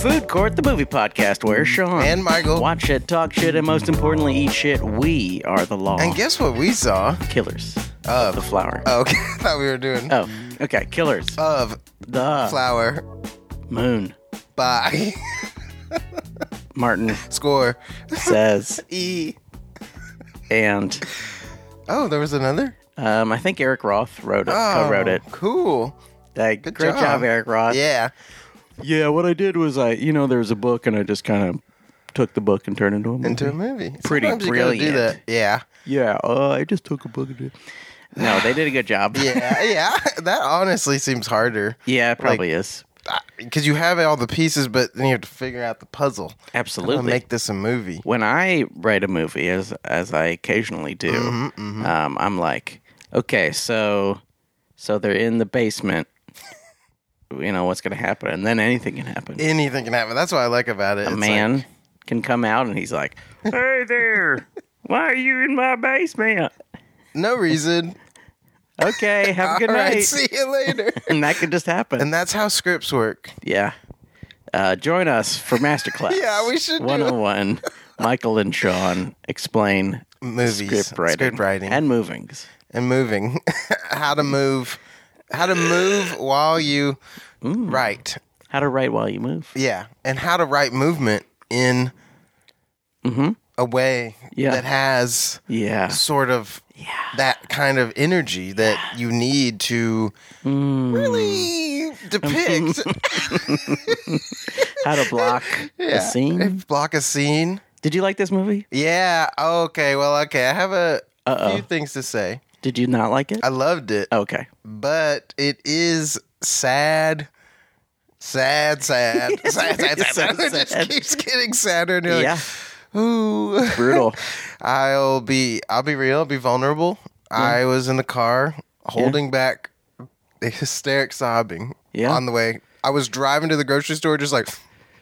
Food Court, the movie podcast where Sean Mm-hmm. And Michael. watch shit, talk shit, and most importantly, eat shit. We are the law. And guess what we saw? killers Of. of the flower. Oh, okay. I thought we were doing oh, okay. Killers of the uh, flower moon. by Martin score says, E. and Oh, there was another. um, I think Eric Roth wrote it, Oh, co-wrote it. Uh, Cool. Like, good great job. job. Eric Roth. Yeah. Yeah, what I did was I, you know, there was a book, and I just kind of took the book and turned it into a movie. Into a movie. Pretty Sometimes you gotta brilliant. Do that. Yeah. yeah, uh, I just took a book and did. No, they did a good job. Yeah. yeah. That honestly seems harder yeah, it probably is. because you have all the pieces, but then you have to figure out the puzzle. How to Absolutely. make this a movie. when I write a movie, as as I occasionally do, Mm-hmm, Um, I'm like, okay, so so they're in the basement. you know what's going to happen, and then anything can happen. Anything can happen. That's what I like about it. a It's man like- can come out, and he's like, "Hey there, why are you in my basement?" no reason. Okay, have a good all right. night. See you later. and that could just happen. and that's how scripts work. yeah. Uh, join us for masterclass. Yeah, we should do- 101. Michael and Sean explain Movies, script writing, script writing, and movings. and moving. how to move, how to move while you write. How to write while you move. Yeah, and how to write movement in a way Mm-hmm. Yeah. that has Yeah. sort of that kind of energy that you need to Mm. really depict. How to block Yeah. a scene. Block a scene. Did you like this movie? Yeah. Okay. Well. Okay. I have a Uh-oh. few things to say. Did you not like it? I loved it. Okay. but it is sad. Sad, sad, sad, sad, sad, sad. It just sad. keeps getting sadder. And you're Yeah. like, ooh. Brutal. I'll be, I'll be real. I'll be vulnerable. I was in the car holding back the hysteric sobbing. Yeah. On the way, I was driving to the grocery store, just like.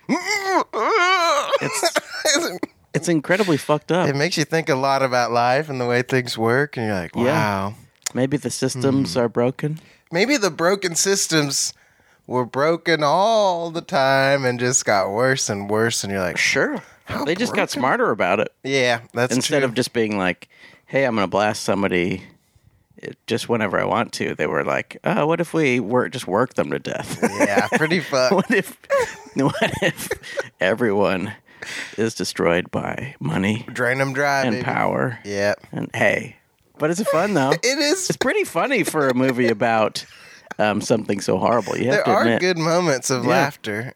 It's, It's incredibly fucked up. it makes you think a lot about life and the way things work, and you're like, wow. Yeah. Maybe the systems Hmm. are broken. maybe the broken systems were broken all the time and just got worse and worse and you're like Sure. they just got smarter about it yeah that's instead true. of just being like, "Hey, I'm going to blast somebody." It, just whenever I want to, they were like, "Oh, what if we work just work them to death? yeah pretty fuck what if, what if everyone is destroyed by money drain them dry and baby. power yeah and hey but it's fun though it is it's pretty funny for a movie about um, something so horrible you have there to are admit good moments of laughter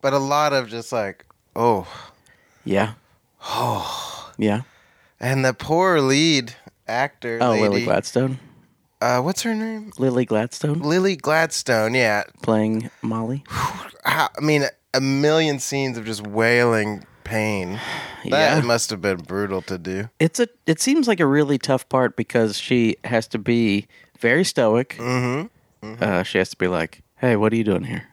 but a lot of just like oh yeah oh yeah and the poor lead actor oh lady, lily gladstone uh what's her name lily gladstone lily gladstone yeah playing molly How, i mean a million scenes of just wailing pain that Yeah. must have been brutal to do it's a it seems like a really tough part because she has to be very stoic mm-hmm. Uh, she has to be like hey what are you doing here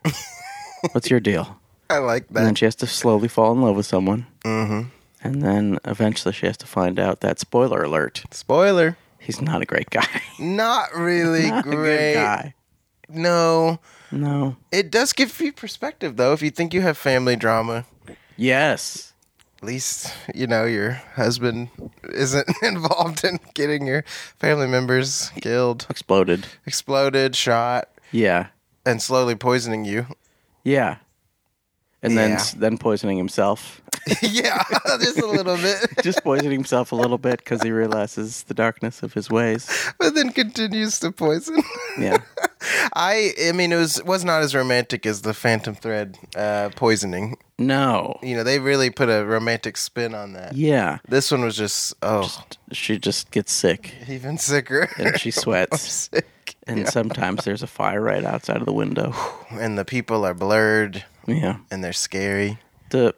what's your deal i like that And then she has to slowly fall in love with someone. Mm-hmm. And then eventually she has to find out that spoiler alert, Spoiler. he's not a great guy. Not really not a good great. guy. No. No. It does give you perspective though. If you think you have family drama, Yes. at least you know your husband isn't involved in getting your family members killed, Exploded. exploded, shot, Yeah. and slowly poisoning you. Yeah. And Yeah. then then poisoning himself. yeah, just a little bit. Just poisoning himself a little bit because he realizes the darkness of his ways. But then continues to poison. Yeah. I I mean it was was not as romantic as the Phantom Thread uh, poisoning. No. You know, they really put a romantic spin on that. Yeah. This one was just oh She just gets sick even sicker. and she sweats. sick. And sometimes there's a fire right outside of the window. And the people are blurred Yeah. and they're scary. The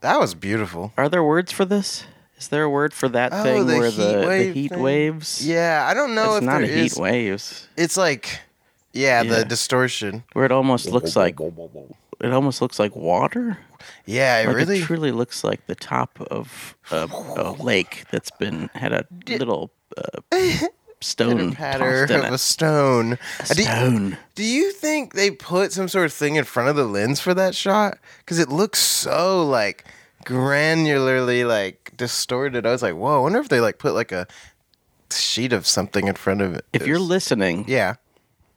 That was beautiful. Are there words for this? Is there a word for that Oh, thing the where heat the, the wave heat thing. waves? Yeah, I don't know it's if not a there is. heat waves. It's like, yeah, Yeah. the distortion. Where it almost looks like it almost looks like water. Yeah, it Like really. it truly looks like the top of a, a lake that's been had a little uh, stone patter tossed in of it. a stone. Do, stone. do you think they put some sort of thing in front of the lens for that shot? Because it looks so like granularly like distorted. I was like, whoa. I wonder if they like put like a sheet of something in front of it. If you're listening, yeah,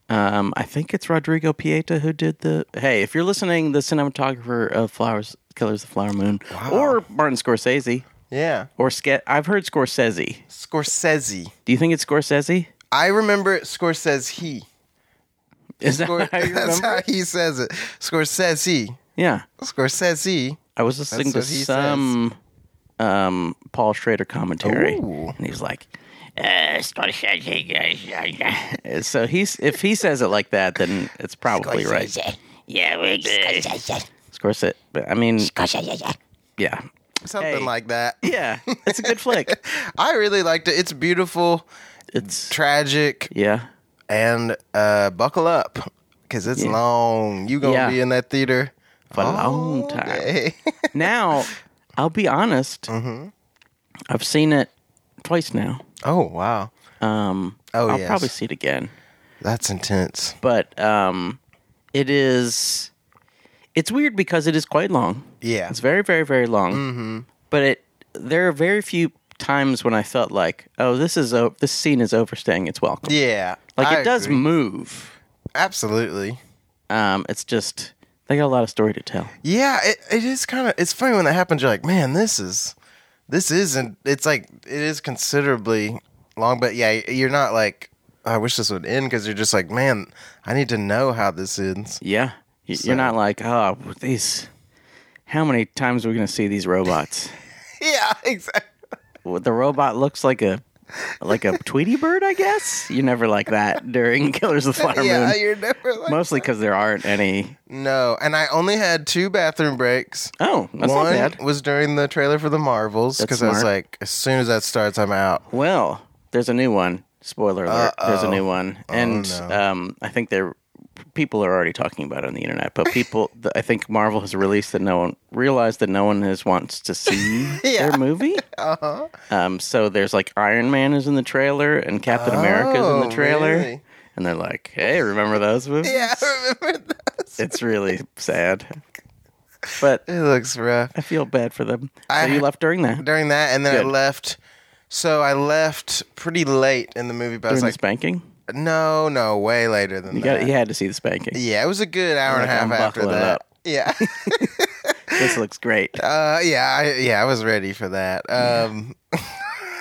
um, I think it's Rodrigo Pieta who did the. Hey, if you're listening, the cinematographer of Flowers, Killers of the Flower Moon, or Martin Scorsese, yeah, or Ske- I've heard Scorsese. Scorsese. Do you think it's Scorsese? I remember it Scorsese. Is that Scor- how you that's remember? how he says it. Scorsese. yeah, Scorsese. I was listening to what he says. some um, Paul Schrader commentary, Ooh. and he's like, uh, Scorsese. So he's if he says it like that, then it's probably right. Yeah, we did. Scorsese. But I mean, yeah, Something Hey. like that. yeah, it's a good flick. I really liked it. It's beautiful, It's tragic, yeah. and uh, buckle up because it's long. You gonna Yeah. be in that theater For a long all time. day. Now, I'll be honest. Mm-hmm. I've seen it twice now. oh wow, Um, Oh, I'll yes. probably see it again. that's intense. but um, it is it's weird because it is quite long. Yeah. it's very, very, very long. Mm-hmm. But it there are very few times when I felt like, oh, this is o- this scene is overstaying its welcome. Yeah, like it I does agree. move. absolutely. Um, it's just they got a lot of story to tell. Yeah, it, it is kind of. It's funny when that happens. You're like, man, this is, this isn't. It's like it is considerably long, but yeah, you're not like, "Oh, I wish this would end because you're just like, man, I need to know how this ends. Yeah, Y- you're not like, oh, these. How many times are we going to see these robots? Yeah, exactly. Well, the robot looks like a like a Tweety bird, I guess. You're never like that during Killers of the Flower Moon. Yeah, you're never like Mostly because there aren't any. no. And I only had two bathroom breaks. Oh, that's One not bad. was during the trailer for the Marvels because I was smart. like, as soon as that starts, I'm out. Well, there's a new one. Spoiler alert. There's a new one, and Oh, um, I think they're people are already talking about it on the internet. But people, th- I think Marvel has released that no one realized that no one has wants to see their movie. Uh Uh-huh. huh. Um, so there's like Iron Man is in the trailer, and Captain America's in Oh, the trailer, really? and they're like, "Hey, remember those movies?" Yeah, I remember that. It's really sad, but It looks rough. I feel bad for them. So I- you left during that. during that, and then I Good. left. So I left pretty late in the movie, but I During was the like, spanking? no, no, way later than You, that. got, you had to see the spanking. yeah, it was a good hour and a like, half I'm after buckling that. up. Yeah, This looks great. uh, yeah, I, yeah. I was ready for that. Um,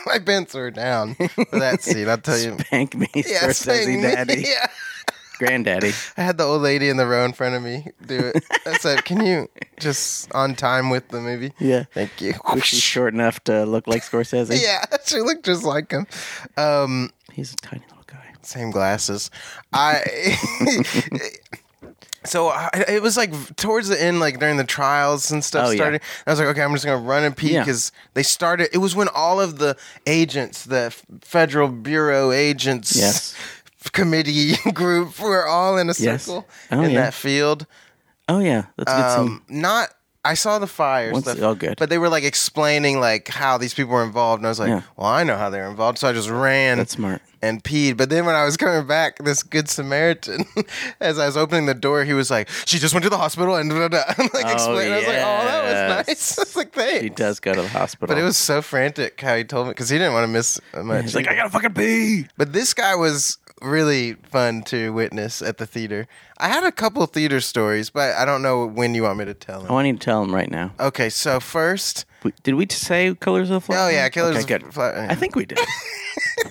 my pants were down for that scene. I'll tell you. Spank me, Yeah, Scorsese sing- daddy, Yeah. granddaddy. I had the old lady in the row in front of me do it. I said, "Can you just on time with the movie?" Yeah. Thank you. Was she short enough to look like Scorsese? yeah, she looked just like him. Um, He's a tiny little guy. same glasses. I so I, it was like towards the end, like during the trials and stuff Oh, yeah. started. I was like, okay, I'm just gonna run and peek Yeah. because they started. It was when all of the agents, the F- Federal Bureau agents, Yes. committee group, were all in a Yes. circle Oh, in yeah. that field. Oh, yeah. That's a good scene. Um, not. I saw the fires, Once- the- oh, good. but they were like explaining like how these people were involved, and I was like, Yeah. "Well, I know how they were involved," so I just ran That's smart. and peed. But then when I was coming back, this good Samaritan, as I was opening the door, he was like, "She just went to the hospital," and da, da, da. like explained. I was like, "Oh, that was yes. nice." I was like, "Thanks." He does go to the hospital. But it was so frantic how he told me because he didn't want to miss much. He's like, I gotta fucking pee. But this guy was really fun to witness at the theater. I had a couple theater stories, but I don't know when you want me to tell Oh, them. I need to tell him right now. Okay, so first, We- Did we just say Killers of the Flower oh Moon? yeah, Killers. Okay, good. of Fla- I think we did.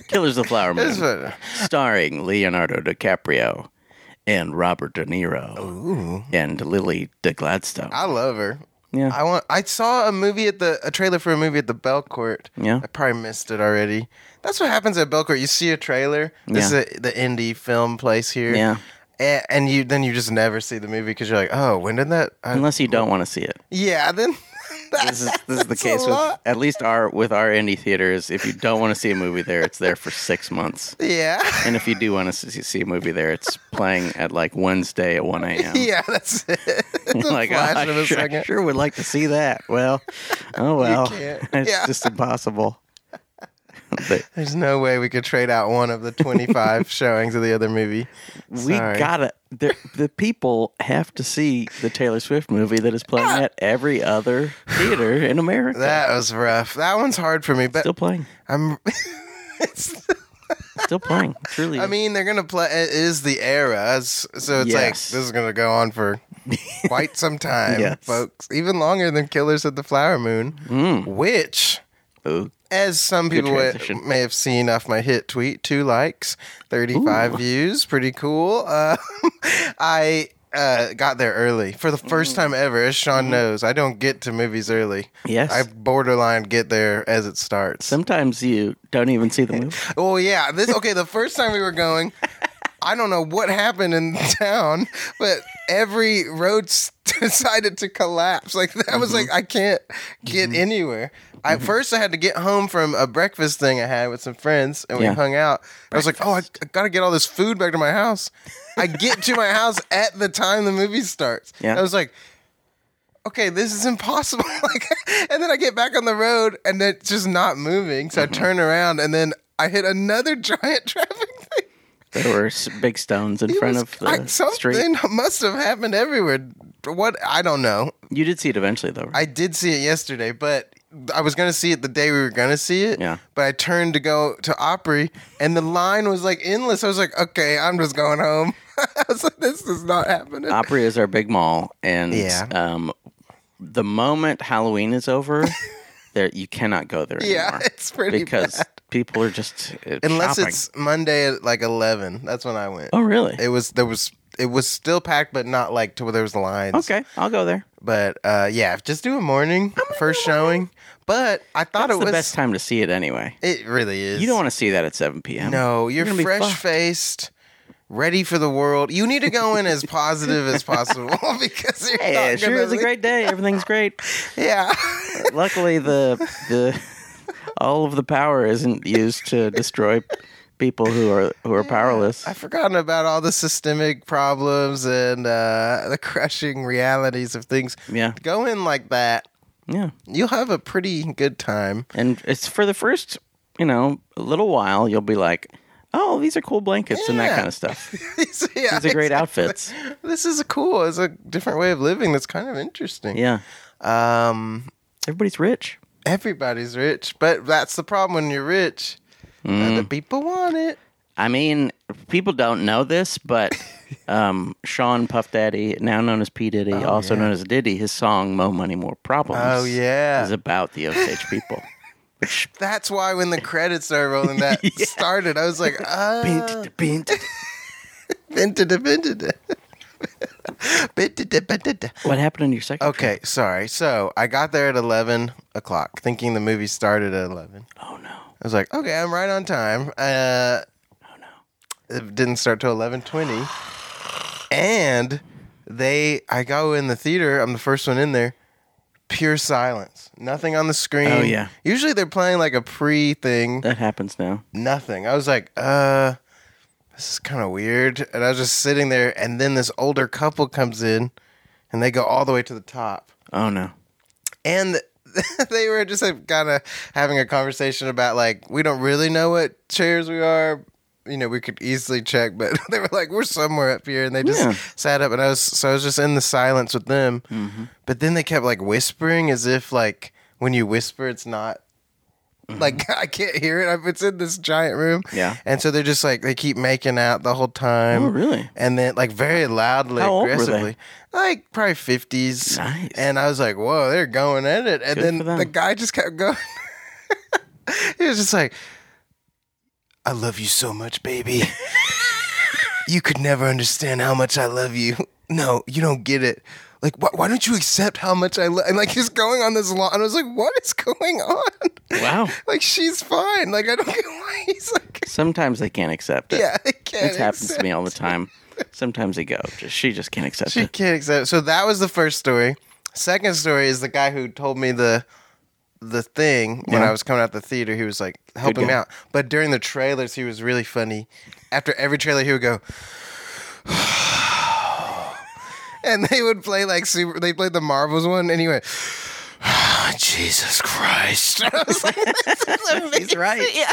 Killers of the Flower Moon. This was- starring Leonardo DiCaprio and Robert De Niro and Lily De Gladstone. I love her. yeah, I want. I saw a movie at the a trailer for a movie at the Belcourt. Yeah. I probably missed it already. That's what happens at Belcourt. You see a trailer. This Yeah. is a, the indie film place here. Yeah. And, and you then you just never see the movie because you're like, oh, when did that? I, unless you don't want to see it. yeah, then This is this is the That's a case with lot. at least our with our indie theaters. If you don't want to see a movie there, it's there for six months. yeah, And if you do want to see, see a movie there, it's playing at like Wednesday at one a.m. yeah, that's it. It's a like flash I of a sure, second. sure would like to see that. Well, oh well, can't. it's Yeah. just impossible. But There's no way we could trade out one of the 25 showings of the other movie. we Sorry. gotta the, the people have to see the Taylor Swift movie that is playing at every other theater in America. Ah! That was rough. That one's hard for me, but still playing, I'm. it's, still playing. Truly, I mean, they're gonna play. It is the era, s- so it's like Yes. this is gonna go on for quite some time, Yes. folks. Even longer than Killers of the Flower Moon, Mm. which, Ooh. as some people wa- transition. may have seen off my hit tweet, two likes, thirty-five views, pretty cool. Uh, I. Uh, got there early for the Mm. first time ever. As Sean knows, I don't get to movies early. Mm-hmm. Yes. I borderline get there as it starts. sometimes you don't even see the movie. Oh yeah, this okay. The first time we were going, I don't know what happened in town, but every road s- decided to collapse. Like that was like I can't get anywhere. I first I had to get home from a breakfast thing I had with some friends, and Yeah. we hung out. I was like, oh, I, I gotta get all this food back to my house. I get to my house at the time the movie starts. Yeah. I was like. Okay, this is impossible. like, and then I get back on the road, and it's just not moving. Mm-hmm. So I turn around, and then I hit another giant traffic thing. There were s- big stones in It front was- of the I- street. something must have happened everywhere. What I don't know. You did see it eventually, though. right? I did see it yesterday, but I was gonna see it the day we were gonna see it. Yeah. But I turned to go to Opry, and the line was like endless. I was like, okay, I'm just going home. I was like, this is not happening. Opry is our big mall, and Yeah. um, the moment Halloween is over, there you cannot go there Yeah, anymore. it's pretty because people are just uh, Unless shopping. it's Monday at like eleven. That's when I went. oh really It was there was it was still packed, but not like to where there was lines. okay. I'll go there. But uh, yeah, just do a morning first showing. But I thought That's it the was best time to see it anyway. it really is. You don't want to see that at seven p.m. No, you're, gonna be fresh fucked. faced, ready for the world. You need to go in as positive as possible because you're Hey, not it sure gonna is a leave- great day. Everything's great. Yeah. Luckily, the the all of the power isn't used to destroy people who are who are powerless. I've forgotten about all the systemic problems and uh, the crushing realities of things. Yeah. Go in like that. Yeah. You'll have a pretty good time. And it's for the first, you know, little while, you'll be like, oh, these are cool blankets and that Yeah. kind of stuff. These These are great outfits. This is cool. It's a different way of living that's kind of interesting. Yeah. Um, Everybody's rich. everybody's rich, but that's the problem when you're rich. Other people want it. I mean, people don't know this, but um, Sean Puff Daddy, now known as P. Diddy, also known as Diddy, his song Mo Money More Problems Oh yeah. is about the Osage people. Which That's why when the credits started rolling, that started. I was like, ah, vintage, vintage. Vintage, vintage. what happened in your second? Okay, sorry. So I got there at eleven o'clock, thinking the movie started at eleven. trip? Oh no. I was like, okay, I'm right on time. Uh, It didn't start till eleven twenty, and they. I go in the theater. I'm the first one in there. Pure silence. Nothing on the screen. Oh, yeah. Usually they're playing like a pre thing. That happens now. nothing. I was like, uh, this is kind of weird. And I was just sitting there, and then this older couple comes in, and they go all the way to the top, Oh no. and they were just like, kind of having a conversation about like we don't really know what chairs we are. You know, we could easily check, but they were like, we're somewhere up here, and they just Yeah. sat up, and I was so I was just in the silence with them. Mm-hmm. But then they kept like whispering, as if like when you whisper, it's not like I can't hear it. I'm- It's in this giant room. Mm-hmm. Yeah. And so they're just like they keep making out the whole time. Oh, really? And then like very loudly, How old were they? aggressively. Like probably fifties. Nice. And I was like, whoa, they're going at it. Good And for then them. the guy just kept going. he was just like, I love you so much, baby. you could never understand how much I love you. No, you don't get it. Like, why, why don't you accept how much I love? And like, he's going on this long. And I was like, what is going on? Wow. like, she's fine. Like, I don't get why he's like, Sometimes they can't accept it. yeah, I can't. This happens to me accept- all the time. Sometimes they go, just, she just can't accept She it. can't accept. So that was the first story. Second story is the guy who told me the the thing when Yeah. I was coming out the theater. He was like helping me guy. out, but during the trailers, he was really funny. After every trailer, he would go. And they would play like super. They played the Marvels one, and he went, oh, Jesus Christ. I was like, He's right. yeah.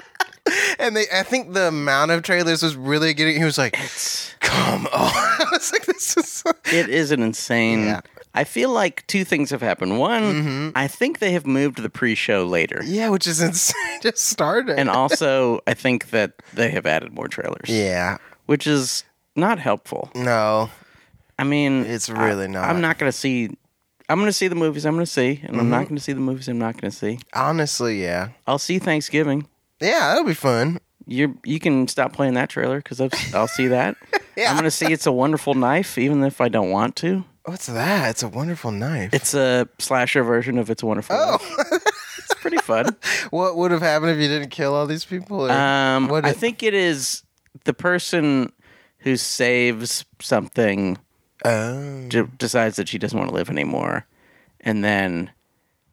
and they, I think the amount of trailers was really getting. He was like, It's, "Come on!" I was like, "This is." it is an insane. Yeah. Mm-hmm. I feel like two things have happened. One, I think they have moved the pre-show later, Yeah, which is insane. Just started. and also I think that they have added more trailers, yeah. which is not helpful. No. I mean, It's I- really not. I'm not going to see. I'm going to see the movies I'm going to see, and I'm not Mm-hmm. going to see the movies I'm not going to see. Honestly, yeah. I'll see Thanksgiving. Yeah, that'll be fun. You you can stop playing that trailer because I'll see that. Yeah. I'm going to see It's a Wonderful Knife, even if I don't want to. What's that? It's a wonderful knife. It's a slasher version of It's a Wonderful. Oh. Life. it's pretty fun. what would have happened if you didn't kill all these people? Or Um, what I if- think it is the person who saves something Oh. d- decides that she doesn't want to live anymore, and then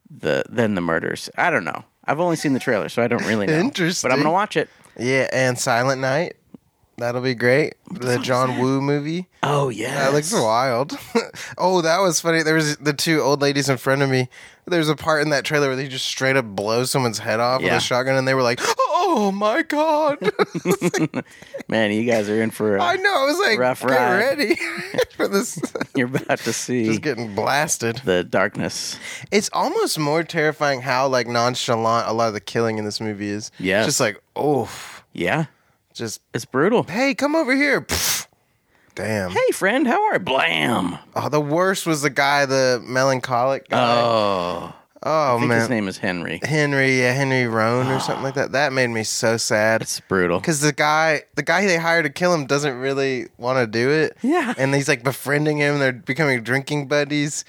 the then the murders. I don't know. I've only seen the trailer, so I don't really know. Interesting. but I'm gonna watch it. Yeah, and Silent Night. That'll be great. The John Woo movie. Oh yeah, That looks wild. oh, that was funny. There was the two old ladies in front of me. There's a part in that trailer where they just straight up blow someone's head off with Yeah. a shotgun, and they were like, "Oh my god!" man. You guys are in for. I Uh, know. I was like, Rough "Get ride." ready for this." you're about to see just getting blasted. the darkness. It's almost more terrifying how like nonchalant a lot of the killing in this movie is. Yes. Just like, oh, Yeah, just it's brutal. hey, come over here. Pfft. Damn. Hey friend, how are? Blam. Oh, the worst was the guy, the melancholic guy. Oh, oh I think man. his name is Henry. Henry, yeah, Henry Roan or something like that. That made me so sad It's brutal. because the guy, the guy they hired to kill him, doesn't really want to do it. Yeah. and he's like befriending him. They're becoming drinking buddies.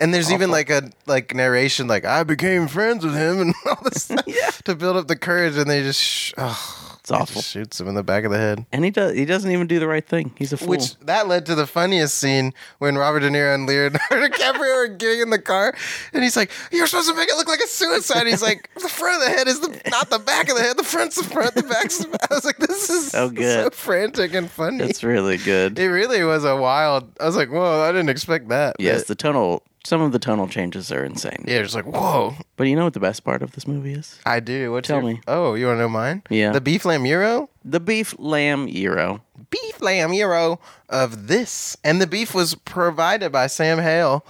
And there's even like a like narration like I became friends with him and all this stuff to build up the courage and they just sh- oh, It's awful. just shoots him in the back of the head. And he does. He doesn't even do the right thing. He's a fool. Which that led to the funniest scene when Robert De Niro and Leonardo DiCaprio are getting in the car, and he's like, "You're supposed to make it look like a suicide." He's like, "The front of the head is the not the back of the head. The front's the front. The back's the back." I was like, "This is So good. so frantic and funny." it's really good. it really was a wild. I was like, "Whoa, I didn't expect that." yes, But- the tunnel. Some of the tunnel changes are insane. yeah, just like, "Whoa, But you know what the best part of this movie is? I do." What Tell me. Oh, you want to know mine? Yeah. the beef lamb euro. The beef lamb gyro. beef lamb euro of this, and the beef was provided by Sam Hale.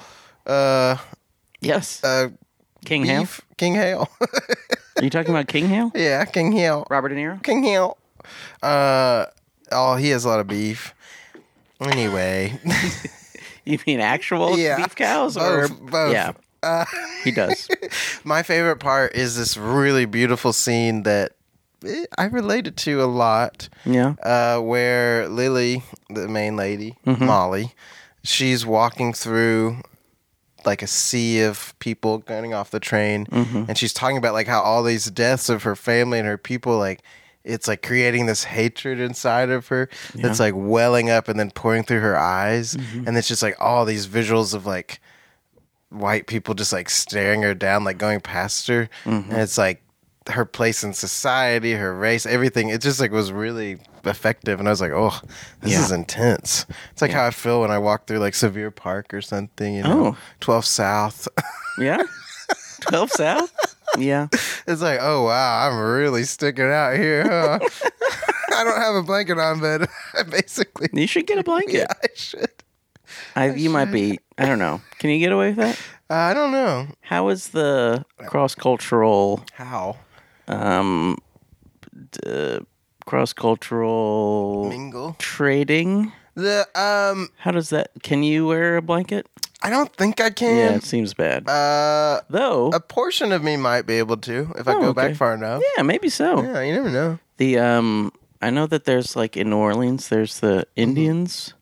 Uh, Yes. uh. King Hale. beef King Hale. Are you talking about King Hale? yeah, King Hale. Robert De Niro? King Hale. Uh oh, he has a lot of beef. Anyway, You mean actual Yeah. beef cows? or Both, both. Uh, Yeah. he does. my favorite part is this really beautiful scene that eh, I related to a lot. Yeah. uh, where Lily, the main lady, Molly, she's walking through like a sea of people getting off the train, and she's talking about like how all these deaths of her family and her people, like it's like creating this hatred inside of her that's like welling up and then pouring through her eyes, and it's just like all these visuals of like white people just like staring her down, like going past her. Mm-hmm. And it's like her place in society, her race, everything. It just like was really effective. And I was like, oh, this Yeah. is intense. It's like how I feel when I walk through like Sevier Park or something, you Oh. know, 12 South. Yeah. 12 South? Yeah. it's like, oh, wow, I'm really sticking out here, huh? I don't have a blanket on, but basically, You should get a blanket. yeah, I should. I, you might be, I don't know. Can you get away with that? Uh, I don't know. How is the cross cultural, How? um, d- uh, cross cultural Mingle. trading? The, um, How does that, can you wear a blanket? I don't think I Yeah, can. it seems bad. Um, Uh, Though, a portion of me might be able to if I Oh, go okay. back far enough. yeah, maybe so. Yeah, you never know. The um, I know that there's like in New Orleans, there's the Indians, Mm-hmm.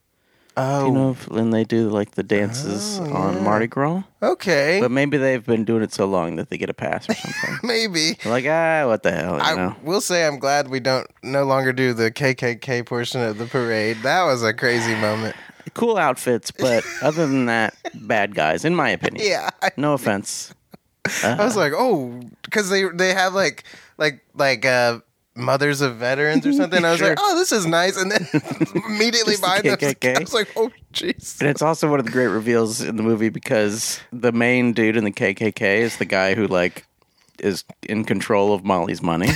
Oh, you know, f- and they do like the dances on Mardi Gras. okay, But maybe they've been doing it so long that they get a pass or something. maybe. They're like ah, what the hell, you I know? will say I'm glad we don't no longer do the KKK portion of the parade. That was a crazy moment. Cool outfits, but other than that, bad guys, in my opinion. Yeah, I, oh, No offense. I was like, oh, because they they have like like like uh mothers of veterans or something. I was Sure. like, oh, this is nice. And then immediately Just the by this, KKK. I was like, oh, jeez. And it's also one of the great reveals in the movie because the main dude in the KKK is the guy who like is in control of Molly's money.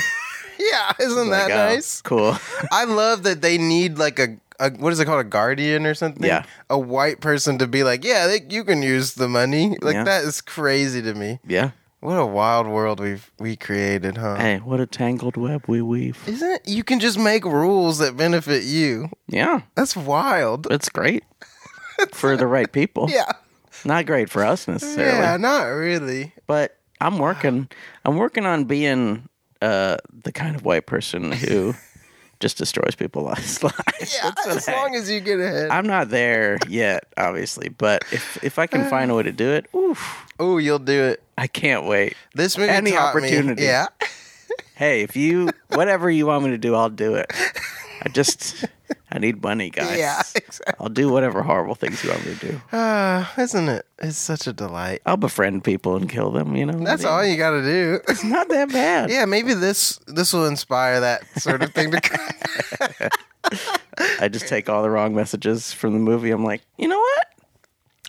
Yeah, isn't that Like, oh, nice? Cool. I love that they need like a, a what is it called a guardian or something? Yeah. a white person to be like, yeah, they, you can use the money. Like Yeah. that is crazy to me. Yeah. What a wild world we've we created, huh? Hey, what a tangled web we weave. Isn't it? You can just make rules that benefit you. Yeah. That's wild. It's great for the right people. Yeah, Not great for us necessarily. yeah, not really. But I'm working I'm working on being uh the kind of white person who just destroys people's lives. Yeah, as long as you get ahead. I'm not there yet, obviously, but if if I can Uh. find a way to do it, oof, Oh, you'll do it. I can't wait. This movie Any taught me- opportunity. Yeah, Hey, if you whatever you want me to do, I'll do it. I just I need money, guys. yeah, exactly. I'll do whatever horrible things you want me to do. Ah, isn't it? It's such a delight. I'll befriend people and kill them, you know. That's all you got to do. Not that bad. yeah, maybe this this will inspire that sort of thing to come. I just take all the wrong messages from the movie. I'm like, you know what?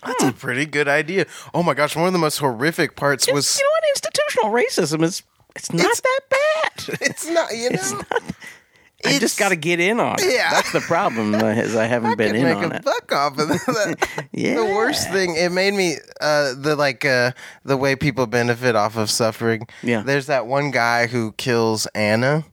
That's a pretty good idea. Oh my gosh, one of the most horrific parts was You know what? Institutional racism is it's not that bad. it's not you know I just it's- got to get in on it. Yeah. That's the problem uh, is I haven't been could in make on a it. buck off of that. Yeah. The worst thing it made me uh, the like uh, the way people benefit off of suffering. Yeah. there's that one guy who kills Anna,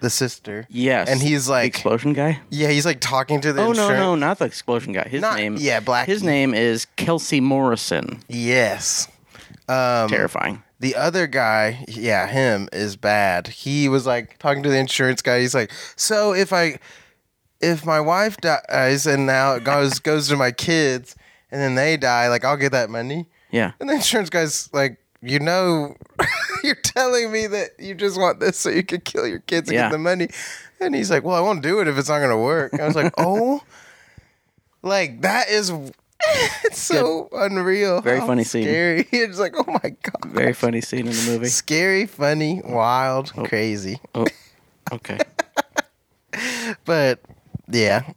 the sister. Yes. and he's The like, explosion guy. yeah, he's like talking to the. Oh no, insurance- no, not the explosion guy. His Not- name, yeah, Black- His name is Kelsey Morrison. Hmm. Yes. Um, Terrifying. The other guy, yeah, him is bad. He was like talking to the insurance guy. He's like, "So if I, if my wife dies and now it goes goes to my kids, and then they die, like I'll get that money." Yeah, And the insurance guy's like, "You know, you're telling me that you just want this so you can kill your kids and Yeah. get the money." And he's like, "Well, I won't do it if it's not going to work." I was like, "Oh, like that is." It's so unreal. Very How funny scene. Scary. It's like, oh my god. very funny scene in the movie. Scary, funny, wild, crazy. Oh, okay. But yeah,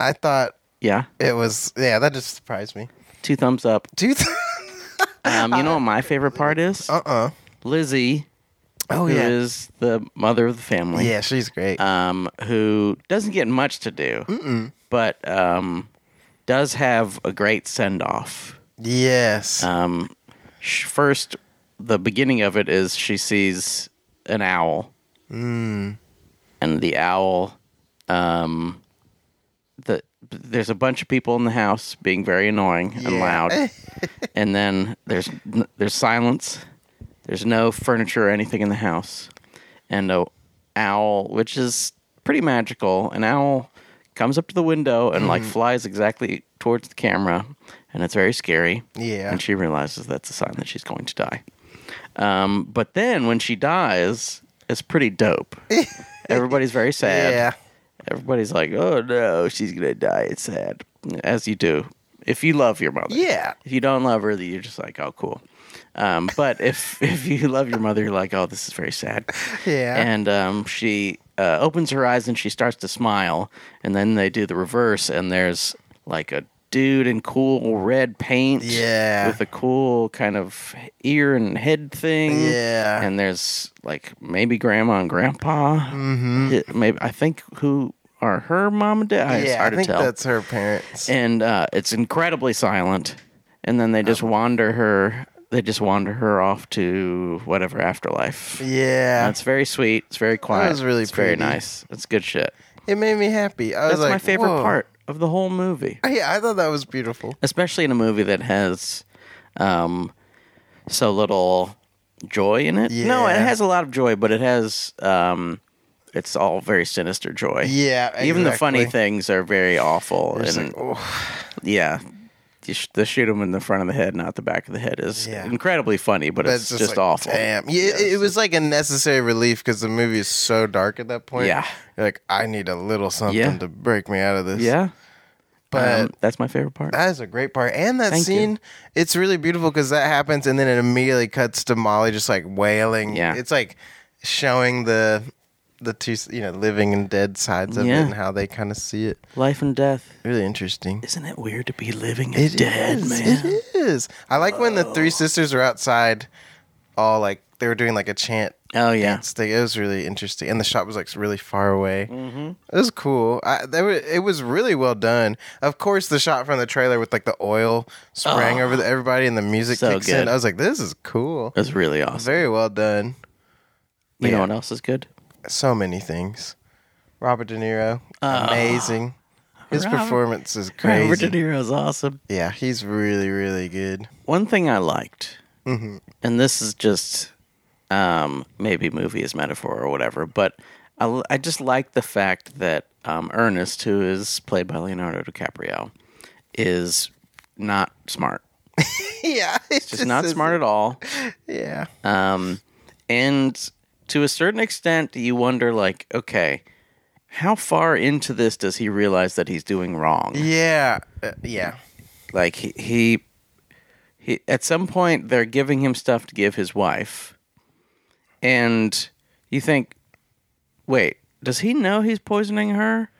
I thought Yeah, it was. Yeah, that just surprised me. two thumbs up. Two. Th- Um, you know what my favorite part is? uh. uh Lizzie, Uh-uh. Oh who is yeah. the mother of the family. yeah, she's great. um, who doesn't get much to do, but um, does have a great send off. yes. Um, sh- first, the beginning of it is she sees an owl, and the owl, um, the there's a bunch of people in the house being very annoying and Yeah. loud, and then there's n- there's silence, there's no furniture or anything in the house, and a owl, which is pretty magical, an owl comes up to the window and like flies exactly towards the camera, and it's very scary. Yeah. and she realizes that's a sign that she's going to die. Um, but then when she dies, it's pretty dope. Everybody's very sad. yeah. Everybody's like, "Oh no, she's gonna die." It's sad, as you do if you love your mother. Yeah. If you don't love her, you're just like, "Oh, cool." Um, but if if you love your mother, you're like, "Oh, this is very sad." Yeah. And um, she uh, opens her eyes and she starts to smile, and then they do the reverse, and there's like a dude in cool red paint, Yeah. with a cool kind of ear and head thing, Yeah. And there's like maybe grandma and grandpa, mm-hmm. maybe I think who are her mom and dad. it's yeah, hard I think to tell that's her parents. and uh, it's incredibly silent. And then they just Uh-huh. wander her. They just wander her off to whatever afterlife. yeah, And it's very sweet. It's very quiet. was really it's very pretty. nice. It's good shit. it made me happy. I was That's like, my favorite "Whoa." part of the whole movie, Yeah, I thought that was beautiful. especially in a movie that has um, so little joy in it. No, it Yeah. has a lot of joy, but it has um, it's all very sinister joy. Yeah, Even the funny exactly. things are very awful. It's and like, oh, yeah, You sh- the shoot him in the front of the head, not the back of the head, is Yeah. incredibly funny, but that's it's just, just, like, awful. Damn. Yeah, it, it was like a necessary relief because the movie is so dark at that point. Yeah. You're like I need a little something Yeah. to break me out of this. Yeah, but um, that's my favorite part. that is a great part. And that Thank you. scene, it's really beautiful because that happens, and then it immediately cuts to Molly just like wailing. Yeah. it's like showing the the two, you know, living and dead sides of Yeah. it and how they kind of see it. Life and death. Really interesting. Isn't it weird to be living and It dead, is, man? It is. I like when the three sisters were outside, all like they were doing like a chant. Oh yeah. dance thing. It was really interesting, and the shop was like really far away. Mm-hmm. It was cool. I, they were, it was really well done. Of course, the shot from the trailer with like the oil spraying over the, everybody and the music Ah. So kicks in. good. I was like, this is cool. That's really awesome. Very well done. You know yeah. what else is good? So many things. Robert De Niro, amazing. His Ah. Robert- performance is crazy. Robert De Niro's awesome. yeah, he's really, really good. One thing I liked, and this is just um, maybe movie is metaphor or whatever, but I, l- I just like the fact that um, Ernest, who is played by Leonardo DiCaprio, is not smart. yeah, it's Just not smart at all. Yeah, Um, and to a certain extent, you wonder, like, okay, how far into this does he realize that he's doing wrong? yeah, uh, yeah. Like he, he, he, at some point, they're giving him stuff to give his wife, and you think, wait, does he know he's poisoning her?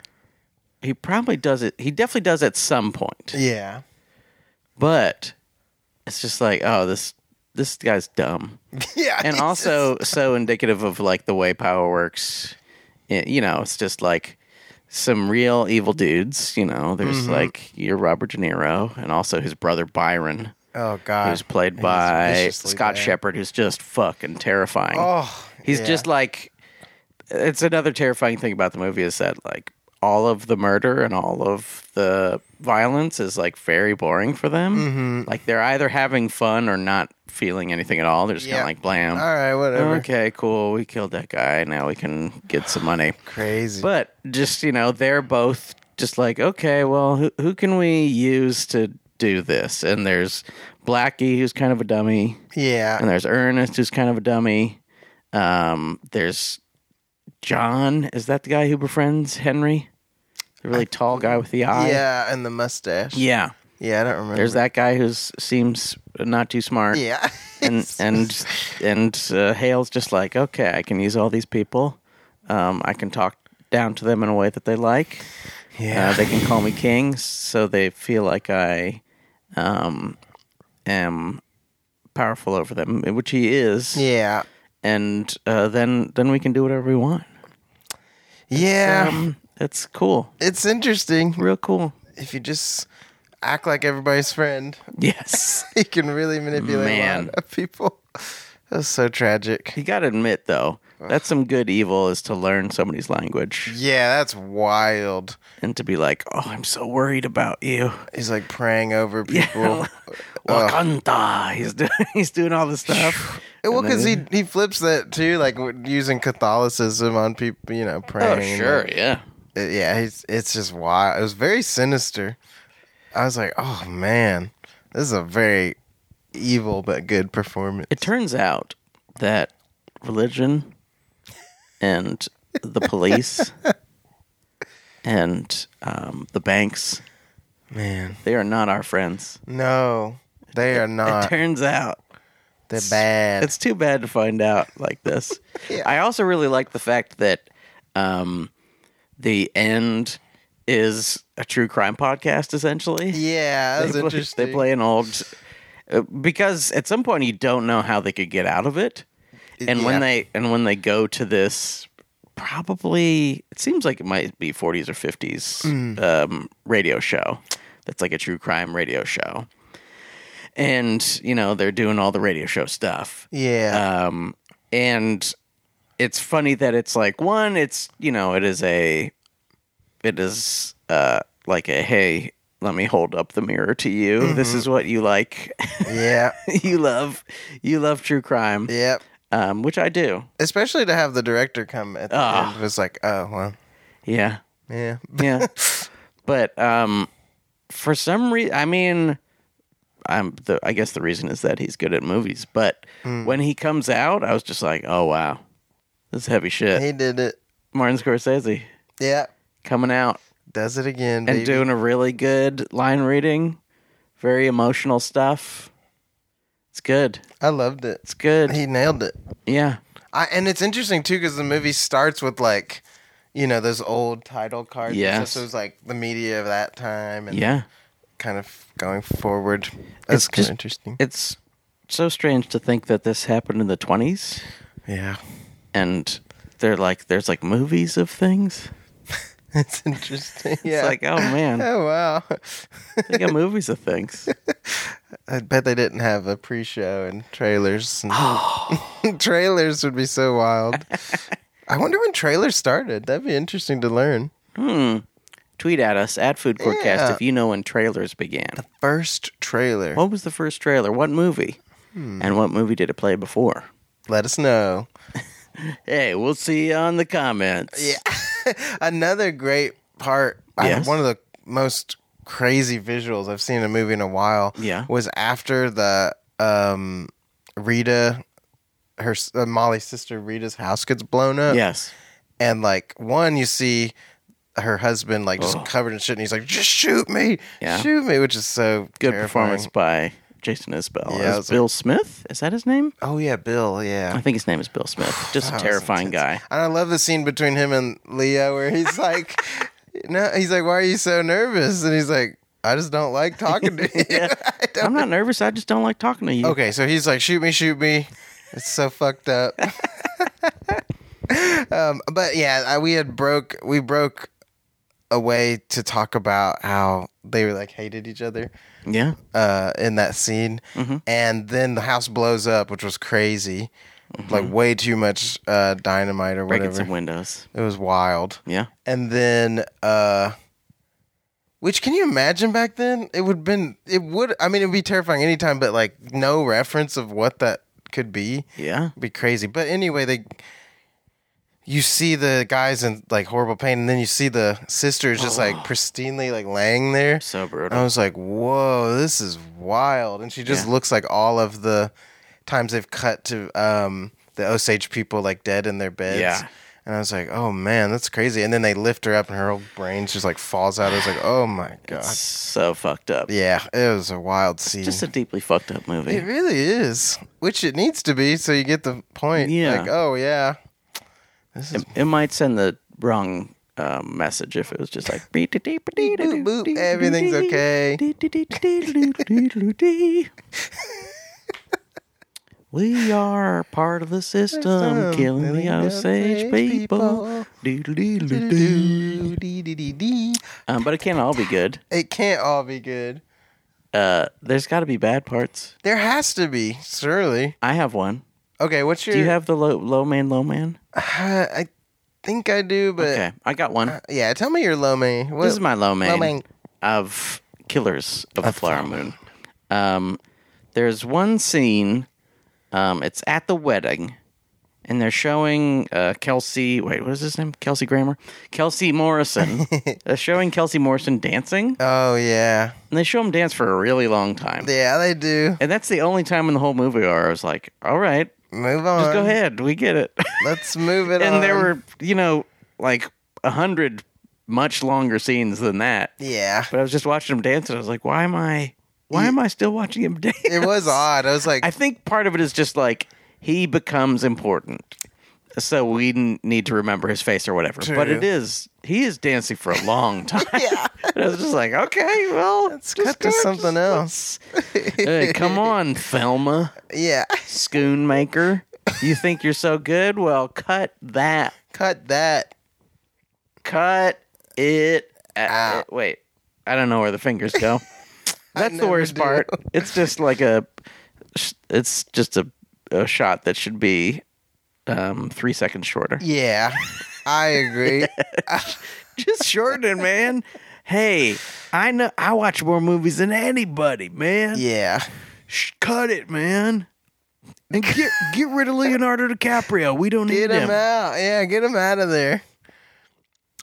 He probably does it. He definitely does at some point, Yeah. but it's just like, oh, this this guy's dumb. Yeah. and he's also so indicative of like the way power works Y- you know it's just like some real evil dudes you know there's like your robert de niro and also his brother byron just- oh god, who's played He's by viciously scott bad. shepard who's just fucking terrifying Oh, he's yeah. just like it's another terrifying thing about the movie is that like all of the murder and all of the violence is like very boring for them. Mm-hmm. Like they're either having fun or not feeling anything at all. They're just kind Yeah. of like blam. all right, whatever. Okay, cool. We killed that guy. Now we can get some money. Crazy. But just, you know, they're both just like, okay, well, who, who can we use to do this? And there's Blackie, who's kind of a dummy, and yeah, there's Ernest, who's kind of a dummy. Um, there's John. Is that the guy who befriends Henry? The really tall guy with the eye? yeah, and the mustache. Yeah, Yeah. I don't remember. There's that guy who seems not too smart Yeah, and and and uh, Hale's just like, okay, I can use all these people. Um, I can talk down to them in a way that they like. Uh, yeah, they can call me king, so they feel like I um, am powerful over them, which he is. yeah, And uh, then then we can do whatever we want. yeah. Um, that's cool, it's interesting real cool. if you just act like everybody's friend. Yes, You can really manipulate a Man. lot of people. That's so tragic. you got to admit though, that's some good evil is to learn somebody's language Yeah, that's wild. and to be like, oh, I'm so worried about you. He's like praying over people. Oh, Wakanda. He's doing he's doing all this stuff. Well, And then- because he he flips that too, like w- using Catholicism on people, you know, praying. Oh and sure, yeah. Uh, yeah, it's it's just wild. It was very sinister. I was like, oh man, this is a very evil but good performance. It turns out that religion and the police and um, the banks Man, they are not our friends. no, they are it not. turns out They're bad. it's too bad to find out like this. Yeah. I also really like the fact that um, the end is a true crime podcast essentially. yeah, that was they play, interesting. They play an old uh, because at some point you don't know how they could get out of it, and yeah. when they and when they go to this, probably it seems like it might be 40s or 50s Mm. um, radio show. That's like a true crime radio show, and you know they're doing all the radio show stuff. Yeah, Um, and it's funny that it's like one, it's you know, it is a, it is uh like a hey, let me hold up the mirror to you. This is what you like, yeah, you love, you love true crime, yeah. um, which I do. Especially to have the director come at the Ah. end was like, oh well, Yeah, yeah, yeah. but um, for some reason, I mean. I'm the, I guess the reason is that he's good at movies, but when he comes out, I was just like, "Oh wow, this is heavy shit." he did it. Martin Scorsese Yeah, coming out does it again, and baby. doing a really good line reading, very emotional stuff. It's good. I loved it. It's good. He nailed it. yeah. I, and it's interesting too because the movie starts with like, you know, those old title cards. Yes. this was like the media of that time, and Yeah. kind of going forward. That's It's kind just- of interesting. It's so strange to think that this happened in the 20s yeah, and they're like there's like movies of things. it's interesting. Yeah. It's like, oh man, oh wow. they got movies of things. I bet they didn't have a pre-show and trailers. And Oh. trailers would be so wild. I wonder when trailers started. That'd be interesting to learn. Tweet at us at Food Courtcast Yeah. if you know when trailers began. First trailer. What was the first trailer? What movie? Hmm. And what movie did it play before? Let us know. Hey, we'll see you on the comments. Yeah. Another great part, I- Yes. one of the most crazy visuals I've seen in a movie in a while. Yeah. was after the um, Rita, her s- uh, Molly's sister Rita's house gets blown up. Yes. and like one you see her husband like just Ugh. covered in shit, and he's like, "Just shoot me, Yeah. shoot me," which is so Good terrifying. performance by Jason Isbell. Yeah, As I was Bill Smith? Is that his name? Oh yeah, Bill. Yeah. I think his name is Bill Smith. Just a That was terrifying guy. intense. And I love the scene between him and Leo where he's like, "No," he's like, "Why are you so nervous?" And he's like, "I just don't like talking to you." Yeah. I don't I'm not nervous. I just don't like talking to you. Okay, so he's like, shoot me, shoot me. It's so fucked up. um, but yeah, I, we had broke we broke a way to talk about how they were like hated each other Yeah. uh, in that scene, and then the house blows up, which was crazy, like way too much uh, dynamite or Breaking whatever. some windows. It was wild. Yeah. And then, uh, which can you imagine back then? It would have been, it would, I mean, it would be terrifying anytime, but like no reference of what that could be. Yeah. It'd be crazy. But anyway, they, you see the guys in like horrible pain, and then you see the sisters just like pristinely like laying there. So I brutal. was like, whoa, this is wild. And she just Yeah. looks like all of the times they've cut to um, the Osage people like dead in their beds. Yeah. And I was like, oh man, that's crazy. And then they lift her up and her whole brain just like falls out. I was like, oh my God. So fucked up. yeah, it was a wild scene. Just a deeply fucked up movie. it really is, which it needs to be. So you get the point. Yeah. Like, oh yeah. This is It, it might send the wrong um, message if it was just like beep, dee, dee, dee, dee, dee, Boop, boop, dee, dee, everything's dee, okay. dee, dee, dee, dee, dee, dee, dee, dee. We are part of the system, System, killing the Osage people. Doo-doo-doo-doo-doo. Doo-doo-doo-doo-dee-dee-dee. Um, but it can't all be good. It can't all be good. Uh, there's got to be bad parts. There has to be, surely. I have one. Okay, what's your? Do you have the low, low man, low man? Uh, I think I do, but Okay, I got one. yeah, tell me your low main. What, This is my low main, low main. of Killers of the Flower Moon. Um, there's one scene. Um, it's at the wedding, and they're showing uh, Kelsey. Wait, what is his name? Kelsey Grammer. Kelsey Morrison. they're showing Kelsey Morrison dancing, Oh yeah, and they show him dance for a really long time. yeah, they do. and that's the only time in the whole movie where I was like, "All right, Move on. just go ahead, we get it." Let's move it. on. and there were, you know, like a hundred much longer scenes than that. yeah. But I was just watching him dance, and I was like, "Why am I? Why am I still watching him dance?" It was odd. I was like, I think part of it is just like he becomes important, so we n- need to remember his face or whatever. But True. it is he is dancing for a long time. yeah, and I was just like, "Okay, well, let's just cut to go- something else. Hey, come on, Thelma yeah, Schoonmaker. You think you're so good? Well, cut that. cut that. Cut it. Out. Out. wait, I don't know where the fingers go. That's the never worst do. part. It's just like a. It's just a, a shot that should be um, three seconds shorter. Yeah, I agree. Just shorten, it, man. Hey, I know I watch more movies than anybody, man. yeah, Sh- cut it, man. And get get rid of Leonardo DiCaprio. We don't get need him him. out. Yeah, get him out of there.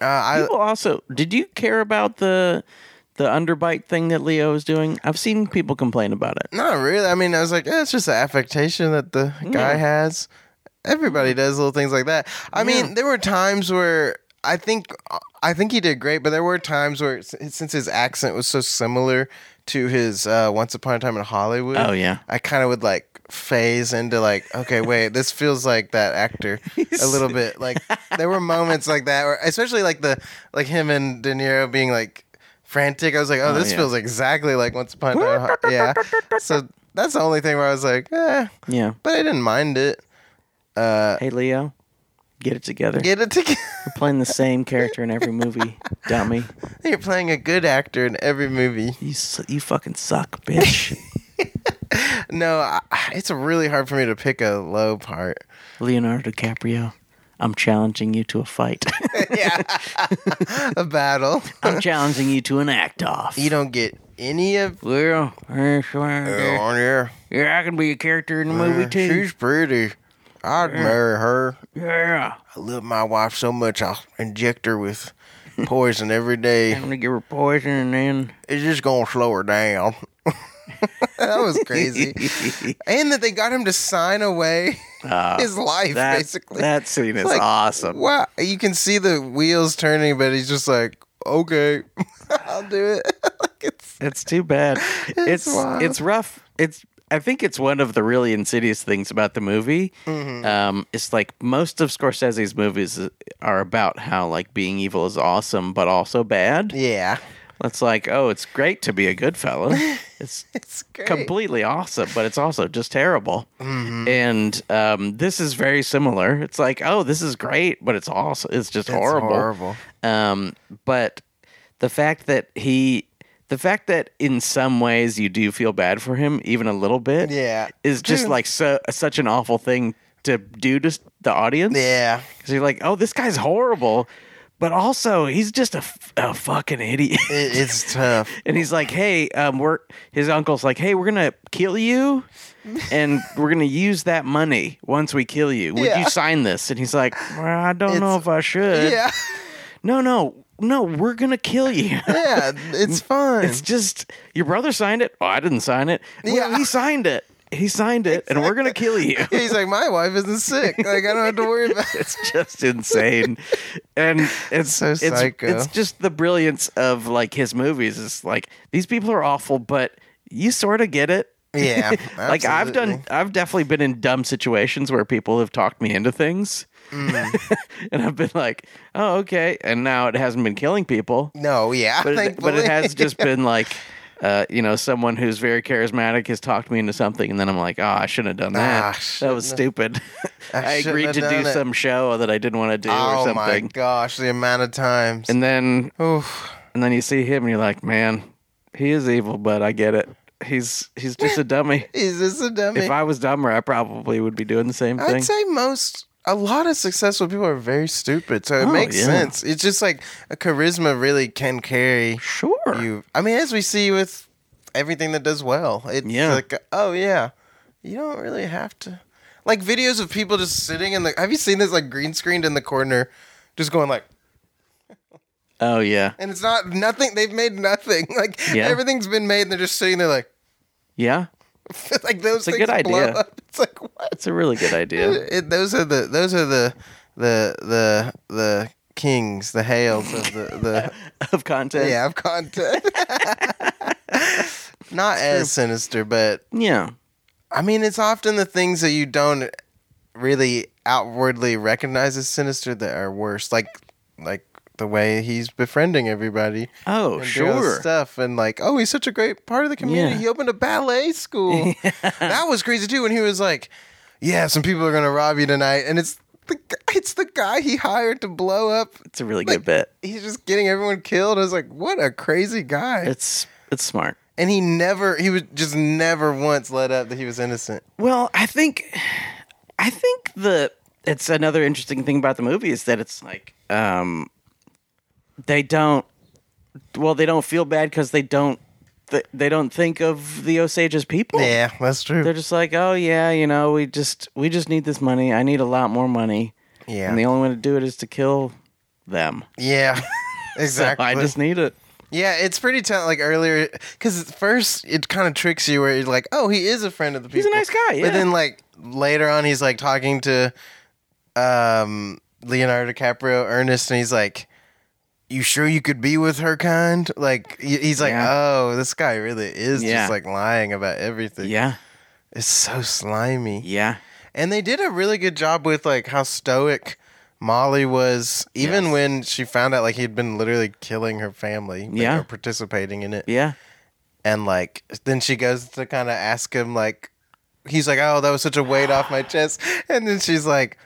Uh, I People also, did you care about the the underbite thing that Leo is doing? I've seen people complain about it. Not really. I mean, I was like, eh, it's just the affectation that the guy has. Everybody does little things like that. I mean, there were times where I think I think he did great, but there were times where s- since his accent was so similar to his uh, Once Upon a Time in Hollywood. Oh, yeah. I kind of would like phase into like, okay, wait, this feels like that actor a little bit. Like there were moments like that, where, especially like the like him and De Niro being like frantic. I was like, oh, this yeah. feels exactly like Once Upon a Time. in Ho- yeah. So that's the only thing where I was like, eh, Yeah. but I didn't mind it. Uh, Hey, Leo, get it together. get it together. You're playing the same character in every movie, dummy. You're playing a good actor in every movie. You s- you fucking suck, bitch. No, I, it's really hard for me to pick a low part. Leonardo DiCaprio, I'm challenging you to a fight. A battle. I'm challenging you to an act off. You don't get any of Well, eh, sure, Uh, on here. Mm, yeah, I can be a character in the movie too. She's pretty. I'd marry her. Yeah, I love my wife so much. I'll inject her with poison every day. I'm gonna give her poison and then It's just gonna slow her down. that was crazy. and that they got him to sign away his life, Uh, that, basically. that scene is Like, awesome. Wow, you can see the wheels turning, but he's just like, okay, I'll do it. like it's It's too bad. It's wild. it's, rough. It's I think it's one of the really insidious things about the movie. Mm-hmm. Um, it's like most of Scorsese's movies are about how like being evil is awesome but also bad. yeah, It's like oh, it's great to be a good fellow. It's it's great. completely awesome, but it's also just terrible. Mm-hmm. And um, this is very similar. It's like, oh, this is great, but it's also it's just It's horrible. horrible. Um, but the fact that he, the fact that in some ways you do feel bad for him, even a little bit, Yeah, is just Dude. like so such an awful thing to do to s- the audience. yeah. because you're like, oh, this guy's horrible. But also, he's just a, f- a fucking idiot. It, it's tough. And he's like, "Hey, um, we're his uncle's like, hey, we're gonna kill you, and we're gonna use that money once we kill you. Would Yeah. you sign this?" And he's like, well, "I don't know It's- if I should. yeah, No, no, no, we're gonna kill you. yeah. It's fun. it's just your brother signed it. Oh, I didn't sign it. Well, Yeah. he signed it. He signed it, and we're gonna kill you." he's like, my wife isn't sick. Like I don't have to worry about. It. It's just insane, and it's So it's, psycho. it's just the brilliance of like his movies. It's like these people are awful, but you sort of get it. Yeah, like I've done, absolutely. I've definitely been in dumb situations where people have talked me into things, Mm. and I've been like, "Oh, okay." And now it hasn't been killing people, No, yeah, but it, but it thankfully. has just been like, uh, you know, someone who's very charismatic has talked me into something, and then I'm like, "Oh, I shouldn't have done Ah, that. that shouldn't was have- stupid." I I, shouldn't agreed have to do done it." some show that I didn't want to do or Oh my something, gosh, the amount of times. and then Oof. and then you see him, and you're like, "Man, he is evil, but I get it. He's he's just a dummy." Is this a dummy? If I was dumber, I probably would be doing the same thing. I'd say most a lot of successful people are very stupid, so it Oh, makes yeah. sense. It's just like a charisma really can carry Sure. you. I mean, as we see with everything that does well, it's Yeah. like oh yeah, you don't really have to. Like videos of people just sitting in the. Have you seen this like green screened in the corner, just going like, oh yeah. and it's not nothing. They've made nothing. Like Yeah. everything's been made, and they're just sitting there like, Yeah. like those a things good blow idea. up. It's like what? It's a really good idea. It, those are the those are the the the the kings, the hails of the of the content. yeah of content. Not as sinister, but Yeah. I mean, it's often the things that you don't really outwardly recognize as sinister that are worse. Like like the way he's befriending everybody. Oh, and doing all this sure. Stuff and like, oh, he's such a great part of the community. Yeah. He opened a ballet school. That was crazy too. When he was like, yeah, some people are gonna rob you tonight, and it's the gu- it's the guy he hired to blow up. It's a really good bit. He's just getting everyone killed. I was like, what a crazy guy. It's it's smart. and he never, he was just never once let up that he was innocent. Well, I think I think the it's another interesting thing about the movie is that it's like um they don't well, they don't feel bad cuz they don't th- they don't think of the Osage as people. Yeah, that's true. They're just like, "Oh yeah, you know, we just we just need this money. I need a lot more money." yeah, And the only way to do it is to kill them. yeah, So exactly. I just need it. Yeah, it's pretty telling. Like earlier, because first it kind of tricks you where you're like, "Oh, he is a friend of the people." He's a nice guy, yeah. But then, like later on, he's like talking to um, Leonardo DiCaprio, Ernest, and he's like, you sure you could be with her kind? Like y- he's like, Yeah. oh, this guy really is Yeah. just like lying about everything. Yeah. it's so slimy. Yeah. And they did a really good job with like how stoic Molly was, even Yes. when she found out like he'd been literally killing her family, like, Yeah. or participating in it. Yeah. And like then she goes to kind of ask him like, he's like, oh, that was such a weight off my chest, and then she's like.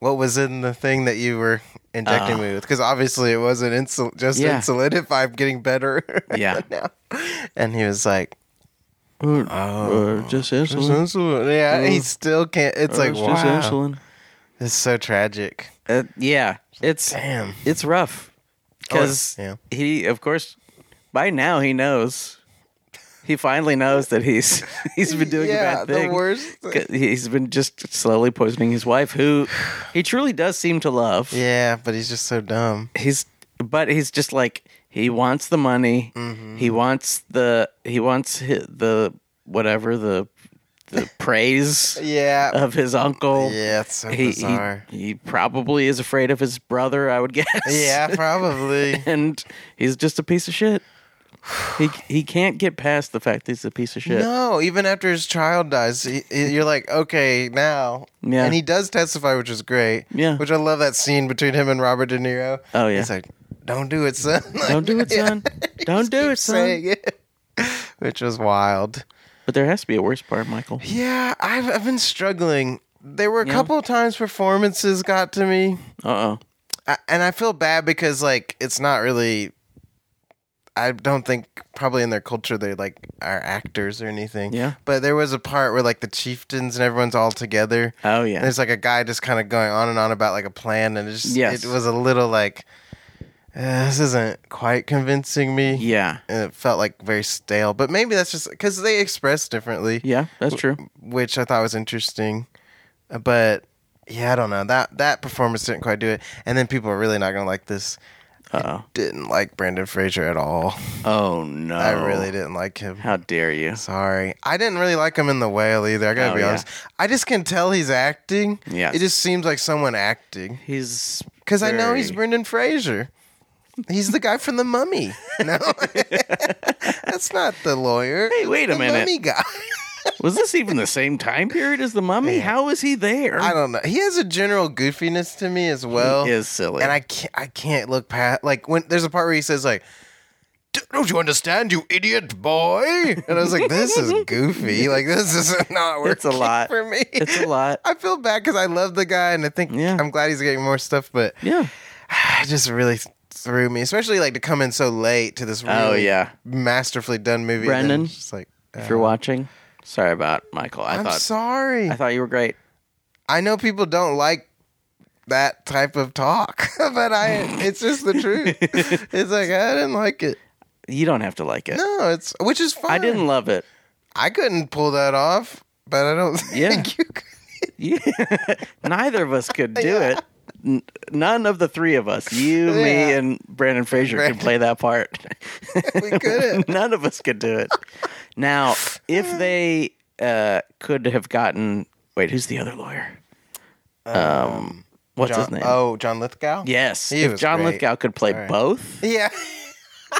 What was in the thing that you were injecting Uh. me with? Because obviously it wasn't insul- just Yeah. insulin. If I'm getting better, Yeah. now. And he was like, Uh, just "Just insulin. insulin." Yeah, he Uh. still can't. It's like It's wow, just insulin. it's so tragic. Uh, yeah. It's Damn. it's rough because Oh, yeah. he, of course, by now he knows. He finally knows that he's he's been doing yeah, a bad thing. the worst. thing. 'Cause He's been just slowly poisoning his wife, who he truly does seem to love. Yeah, but he's just so dumb. He's, but he's just like he wants the money. Mm-hmm. He wants the he wants hi the whatever the the praise Yeah. of his uncle. yeah, it's so Uh, he, he bizarre. he probably is afraid of his brother. I would guess. yeah, probably. and he's just a piece of shit. He he can't get past the fact that he's a piece of shit. No, even after his child dies, he, he- you're like, okay, now. Yeah. And he does testify, which is great. Yeah. Which I love that scene between him and Robert De Niro. Oh, yeah. He's like, don't do it, son. Don't do it, Yeah. son. He Don't just do it, keeps son. saying it. Which was wild. But there has to be a worse part, Michael. Yeah, I've, I've been struggling. There were a Yeah. couple of times performances got to me. Uh oh. I, and I feel bad because like it's not really. I don't think probably in their culture they like are actors or anything. Yeah. But there was a part where like the chieftains and everyone's all together. Oh And yeah. there's like a guy just kind of going on and on about like a plan, and it's just Yes. it was a little like uh, this isn't quite convincing me. Yeah. And it felt like very stale, but maybe that's just because they express differently Yeah, that's true. which I thought was interesting. Uh, But yeah, I don't know that that performance didn't quite do it. And then people are really not gonna like this. Uh Didn't like Brandon Fraser at all. oh. Oh no. I really didn't like him. How dare you? Sorry, I didn't really like him in The Whale either. I gotta Oh, be yeah. honest. I just can tell he's acting. Yes. it just seems like someone acting He's because I know very- he's Brendan Fraser. He's the guy from The Mummy. No, that's not the lawyer. Hey, wait a the minute. Mummy guy. Was this even the same time period as the mummy? How is he there? I don't know. He has a general goofiness to me as well. He is silly. and I can't I can't look past like when there's a part where he says like "D- don't you understand you idiot boy and I was like this is goofy like this is not working It's a lot. for me it's a lot. I feel bad because I love the guy and I think Yeah. I'm glad he's getting more stuff but Yeah. it just really threw me especially like to come in so late to this really Oh, yeah. masterfully done movie and then Brendan, it's just like If you're watching, sorry about Michael. I I'm thought sorry I thought you were great. I know people don't like that type of talk, but I it's just the truth. it's like I didn't like it. You don't have to like it. No, it's which is fine. I didn't love it. I couldn't pull that off, but I don't Yeah. think you could. Yeah. Neither of us could do Yeah. it. N- none of the three of us, you, me, Yeah. and Brandon Fraser, Brandon. can play that part. We couldn't. none of us could do it. Now, if they uh, could have gotten. Wait, who's the other lawyer? Um, what's John, his name? Oh, John Lithgow. yes. he If was John great. Lithgow could play All right. both Yeah.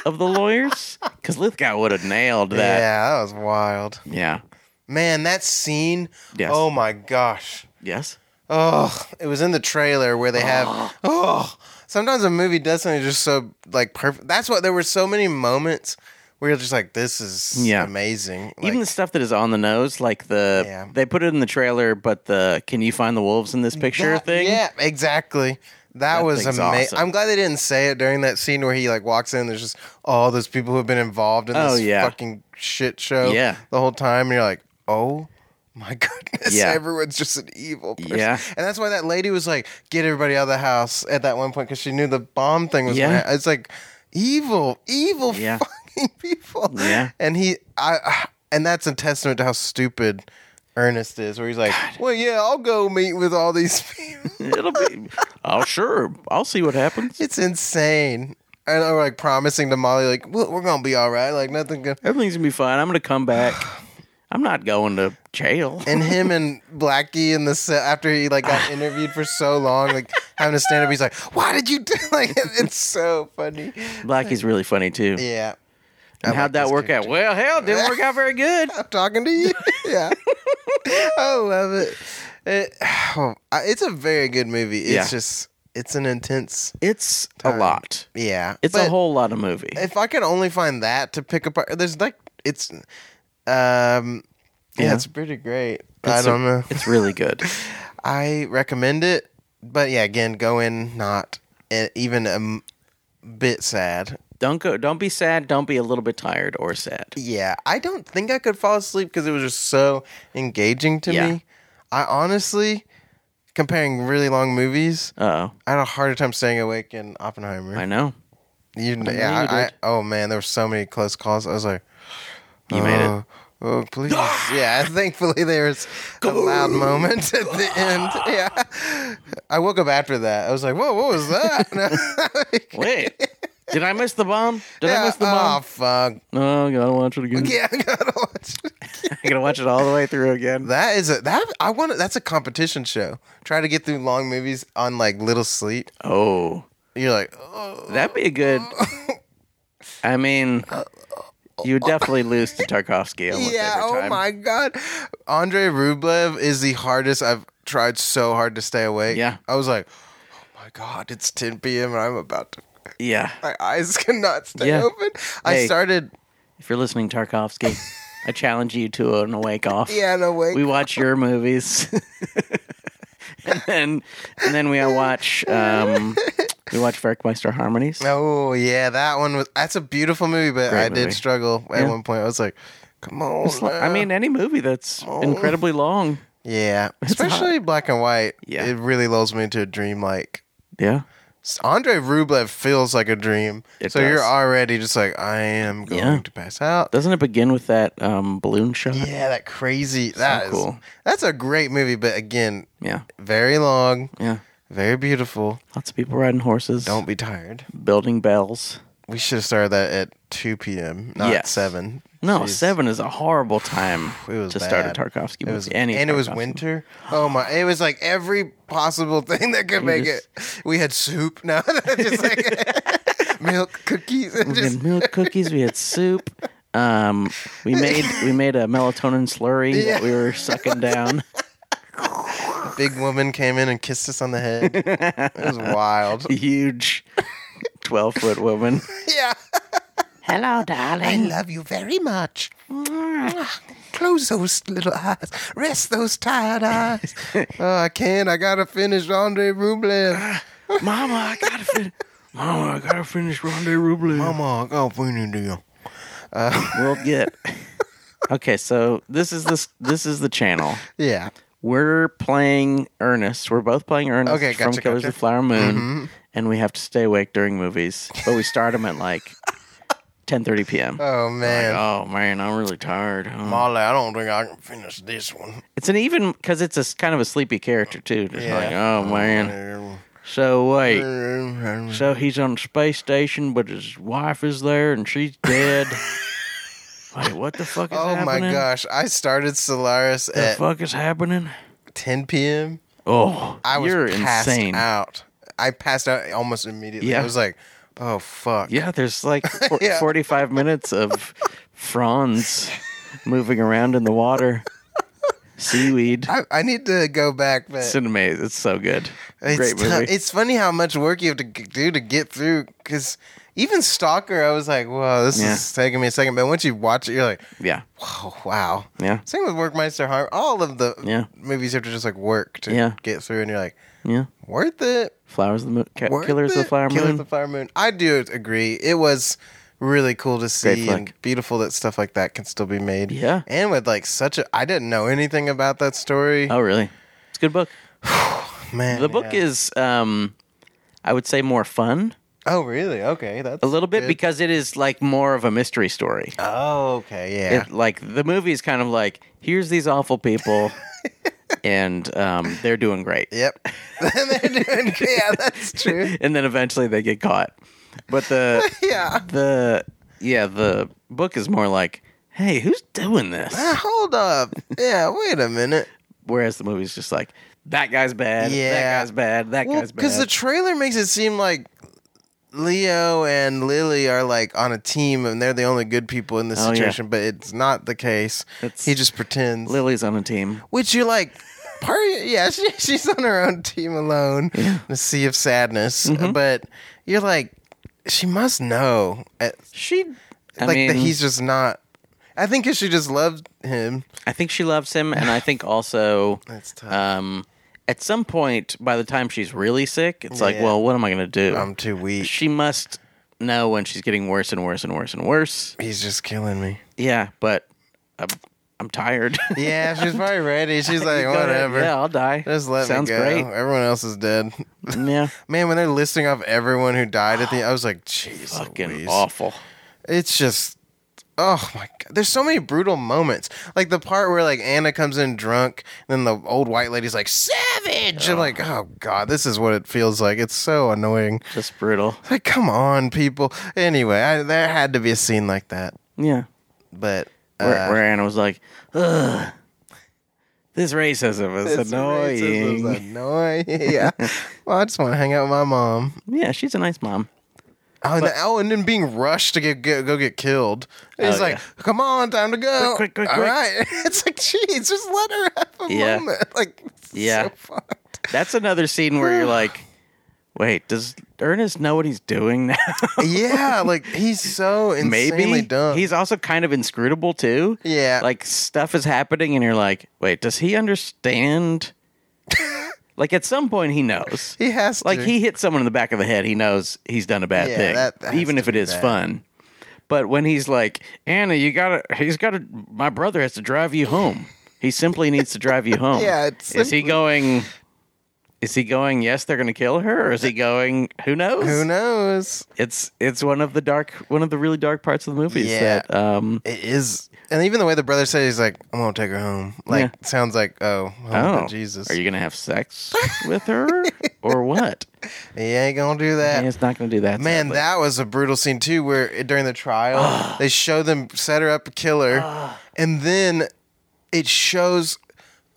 of the lawyers, because Lithgow would have nailed that. Yeah, that was wild. Yeah. Man, that scene. Yes. Oh my gosh. Yes. Oh, it was in the trailer where they have. Oh, sometimes a movie does something just so like perfect. That's what there were so many moments where you're just like, this is Yeah. amazing. Like, Even the stuff that is on the nose, like the Yeah. they put it in the trailer, but the "Can you find the wolves in this picture?" that- thing. Yeah, exactly. That, was thing's amazing. awesome. I'm glad they didn't say it during that scene where he like walks in. There's just all those people who have been involved in Oh, this yeah. fucking shit show. Yeah. the whole time, and you're like, oh. My goodness, Yeah. everyone's just an evil person. Yeah. And that's why that lady was like, get everybody out of the house at that one point because she knew the bomb thing was Yeah. yeah. It's like evil, evil Yeah. fucking people. Yeah. And he, I, and that's a testament to how stupid Ernest is, where he's like, well, yeah, I'll go meet with all these people. It'll be. Oh, sure. I'll see what happens. It's insane. And I'm like promising to Molly, like, well, we're gonna be all right. Like nothing gonna. Everything's gonna be fine. I'm gonna come back. I'm not going to jail. And him and Blackie in the set after he like got interviewed for so long, like having to stand up. He's like, "Why did you do?" Like, it's so funny. Blackie's really funny too. Yeah. And I how'd like that this work out? character. Well, hell, it didn't work out very good. I'm talking to you. yeah. I love it. It- oh, I- it's a very good movie. It's Yeah. just it's an intense. It's a Time. lot. Yeah. It's but a whole lot of movie. If I could only find that to pick apart, there's like it's, um, yeah, Yeah. it's pretty great. I It's a- don't know. It's really good. I recommend it, but yeah, again, go in not e- even a m- bit sad. Don't go. Don't be sad. Don't be a little bit tired or sad. Yeah, I don't think I could fall asleep because it was just so engaging to Yeah. me. I honestly, comparing really long movies, Oh, I had a harder time staying awake in Oppenheimer. I know. You, know yeah, you I, I, did. oh man, there were so many close calls. I was like, You made it. "Oh, Oh please! yeah, thankfully there was a loud moment at the end. Yeah, I woke up after that. I was like, "Whoa, what was that?" Wait, did I miss the bomb? Did I yeah, miss the Mm. oh bomb? fuck! No, I gotta watch it again. Yeah, I gotta watch it. I gotta watch it all the way through again. That is a that I want. That's a competition show. Try to get through long movies on like little sleep. Oh, You're like, oh, that'd be a good. I mean, you would definitely lose to Tarkovsky. Almost yeah. every Oh time. my god, Andre Rublev is the hardest. I've tried so hard to stay awake. Yeah. I was like, oh my god, it's 10 p.m. and I'm about to. Yeah. My eyes cannot stay Yeah. open. I Hey. started. If you're listening, Tarkovsky, I challenge you to an awake off. Yeah, no way. We watch your movies, and then and then we watch um, we watch Verkmeister Harmonies. Oh yeah, that one was. That's a beautiful movie, but Great I did movie. struggle at Yeah. one point. I was like, come on. It's li- I now. mean, any movie that's Oh. incredibly long. Yeah, It's hot. especially black and white. Yeah. it really lulls me into a dream. Like Yeah. Andre Rublev feels like a dream, It so does. you're already just like, I am going Yeah. to pass out. Doesn't it begin with that um, balloon shot? Yeah, that crazy. That is- cool. That's a great movie, but again, Yeah. very long, Yeah. very beautiful. Lots of people riding horses. Don't be tired. building bells. We should have started that at two p.m., not Yes. seven. No, Jeez. seven is a horrible time It was to start a bad. Tarkovsky It movie. was, Any and it was Tarkovsky movie. winter. Oh my! It was like every possible thing that could make just- it. We had soup. No, just like milk cookies. And We just, had milk cookies. We had soup. Um, we made we made a melatonin slurry Yeah. that we were sucking down. big woman came in and kissed us on the head. It was wild. A huge, twelve foot woman. Yeah. Hello, darling. love you very much. Close those little eyes. Rest those tired eyes. oh, I can't. I gotta finish Andre Rublev. Mama, I gotta finish. Mama, I gotta finish Rendezvous Blue. Mama, I got a deal. We'll get. Okay, so this is this this is the channel. Yeah. We're playing Ernest. We're both playing Ernest Okay, from gotcha, Killers gotcha. Mm-hmm. of the Flower Moon, and we have to stay awake during movies. But we start them at like ten thirty p.m. Oh man. Oh man, I'm really tired. Oh. Molly, I don't think I can finish this one. It's an even because it's a s- kind of a sleepy character too. Just Yeah. like oh man. So wait, So so he's on the space station, but his wife is there and she's dead. wait, what the fuck is Oh happening? my gosh! I started Solaris The at fuck is happening? 10 p.m. Oh, I was you're passed insane. out. I passed out almost immediately. Yeah. I was like, "Oh fuck!" Yeah, there's like for- Yeah. 45 minutes of fronds moving around in the water, seaweed. I, I need to go back, but It's an amazing. It's so good. it's Great tou- movie. It's funny how much work you have to g- do to get through. Because even Stalker, I was like, "Whoa, this Yeah. is taking me a second. But once you watch it, you're like, yeah, "Whoa, wow!" yeah, Same with Workmeister Harm. All of the Yeah. movies you have to just like work to Yeah. get through, and you're like, yeah. "Worth it." Flowers of the Moon, Ca- Worth Killers of the it. Flower Killers Moon. of the Flower Moon. I do agree. It was really cool to Great see flick. and beautiful that stuff like that can still be made. Yeah. And with like such a I didn't know anything about that story. oh, really? It's a good book. man. The book yeah. is, um, I would say, more fun Oh really? Okay. That's a little bit good. because it is like more of a mystery story. Oh, okay, yeah. It, like the movie is kind of like here's these awful people, and um, they're doing great. yep. They're doing- yeah, that's true. and then eventually they get caught. But the Yeah. the yeah, the book is more like, hey, who's doing this? Ah, Hold up. Yeah, wait a minute. Whereas the movie's just like, that guy's bad. That Yeah. guy's bad. That Well, guy's bad. because the trailer makes it seem like Leo and Lily are like on a team and they're the only good people in this Oh, yeah. situation, but it's not the case. It's- he just pretends. Lily's on a team. Which you're like, part yeah, she, she's on her own team alone, in the sea of sadness. Mm-hmm. But you're like, she must know, uh, She, I like mean, that he's just not. I think 'cause she just loved him. I think she loves him, and I think also, That's tough. um, at some point, by the time she's really sick, it's like, Yeah. well, what am I gonna do? I'm too weak. she must know when she's getting worse and worse and worse and worse. He's just killing me. Yeah, but I'm, I'm tired. Yeah, she's probably ready. She's like, Go ahead. whatever. Yeah, I'll die. Just let Sounds me go. Everyone else is dead. great. Yeah, Man, when they're listing off everyone who died at the, I was like, jeez, fucking Louise. awful. It's just, oh my god. There's so many brutal moments. Like the part where like Anna comes in drunk, and then the old white lady's like savage. I'm like, oh god, this is what it feels like. It's so annoying. Just brutal. It's like, come on, people. Anyway, I, there had to be a scene like that, Yeah. but. where, uh, where Anna was like, "Ugh, this racism is this annoying." racism's Annoying. yeah. Well, I just want to hang out with my mom. Yeah, she's a nice mom. Oh, and, oh, and then being rushed to get, get go get killed. He's Oh, like, "Come on, time to go!" Quick, quick, quick, All quick. right. it's like, geez, just let her have a Yeah. moment. Like, it's Yeah. so fucked. That's another scene where you're like, "Wait, does Ernest know what he's doing now?" yeah, like he's so insanely Maybe dumb. he's also kind of inscrutable too. yeah, Like stuff is happening, and you're like, "Wait, does he understand?" like at some point, he knows. he has like to. he hit someone in the back of the head he knows he's done a bad Yeah, thing that- that has even to if it be is bad. fun but when he's like anna you gotta he's gotta my brother has to drive you home he simply needs to drive you home Yeah, it's is he simply- going is he going yes they're gonna kill her or is he going who knows Who knows? it's it's one of the dark one of the really dark parts of the movies Yeah. that um It is, and even the way the brother said, he's like, "I'm gonna take her home." Like, sounds like, "Oh, oh, oh Jesus, are you gonna have sex with her or what he ain't gonna do that." And it's not gonna do that Man, sadly. that was a brutal scene too. Where eh, during the trial, they show them set her up, kill her, and then it shows.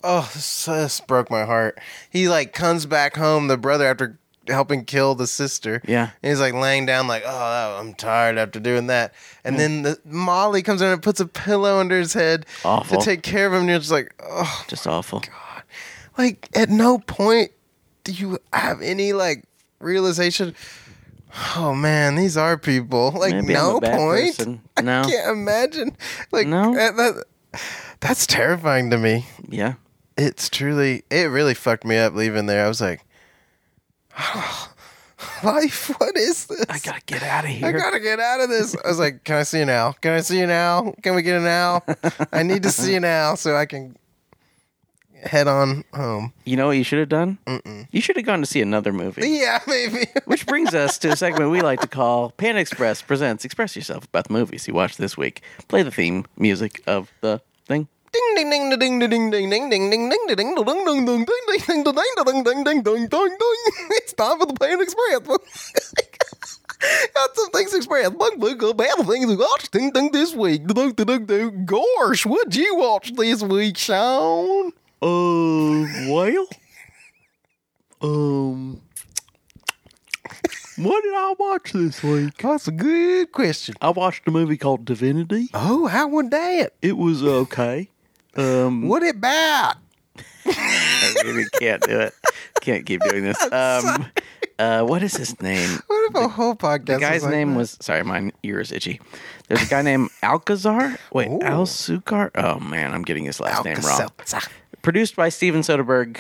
Oh, this, this broke my heart. He like comes back home, the brother after helping kill the sister. Yeah. and he's like laying down, like, oh, I'm tired after doing that. And then the, Molly comes in and puts a pillow under his head Awful. to take care of him. And you're just like, oh, just awful like at no point do you have any like realization oh man these are people like Maybe I'm no a bad point person. i No. can't imagine like No. that, that- that's terrifying to me yeah it's truly it really fucked me up leaving there i was like "Oh, life what is this i gotta get out of here I gotta get out of this. I was like, "Can I see you now? Can I see you now? Can we get an owl? I need to see you now so I can head on home." You know what you should have done? Mm-mm. You should have gone to see another movie. Yeah, maybe. Which brings us to a segment we like to call Pan Express Presents Express Yourself About the Movies You Watched This Week. Play the theme music of the thing. ding ding ding ding ding ding ding ding ding ding ding ding ding ding ding ding ding ding ding ding ding ding ding ding ding ding. It's time for the Plain Express. Got some things express. Bug bug go bad things we watched ding ding this week. Ding, ding, ding, ding. Gosh, what'd you watch this week, Sean? Oh, well. Um. What did I watch this week? That's a good question. I watched a movie called Divinity. Oh, how would that? It was okay. Um, What it about? I really can't do it. Can't keep doing this. Um, uh, what is his name? What if a whole podcast? The guy's name was sorry, my ear is itchy. There's a guy named Alcazar. Wait, Ooh. Al Sukar. Oh man, I'm getting his last name wrong. Alka-Seltzer. Produced by Steven Soderbergh.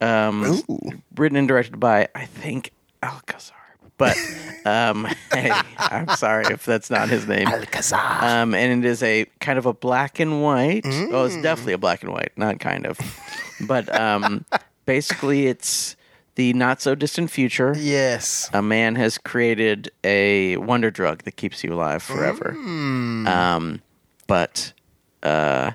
Um, Ooh. written and directed by I think Alcazar. But um, hey, I'm sorry if that's not his name. Alcazar. Mm. Um, and it is a kind of a black and white. Oh, it's definitely a black and white, not kind of. but um, basically, it's the not so distant future Yes. a man has created a wonder drug that keeps you alive forever. Um, but uh,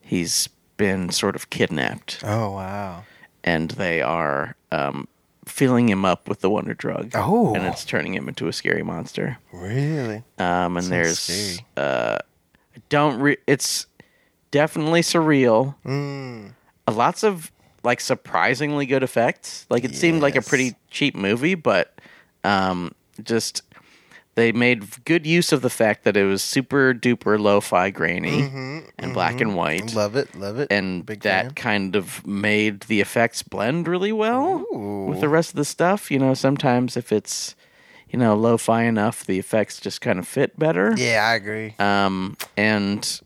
he's been sort of kidnapped, Oh wow. and they are um, filling him up with the wonder drug. Oh. and it's turning him into a scary monster. Really? Um, and there's scary. uh, I don't re- it's definitely surreal. Lots of like surprisingly good effects. Like it seemed like a Yes. pretty cheap movie, but um, just they made good use of the fact that it was super duper lo-fi grainy and black and white, Mm-hmm, Love it, love it. and Big that fan. kind of made the effects blend really well with the rest of the stuff. You know, sometimes if it's you know lo-fi enough, the effects just kind of fit better. yeah, I agree. Um, and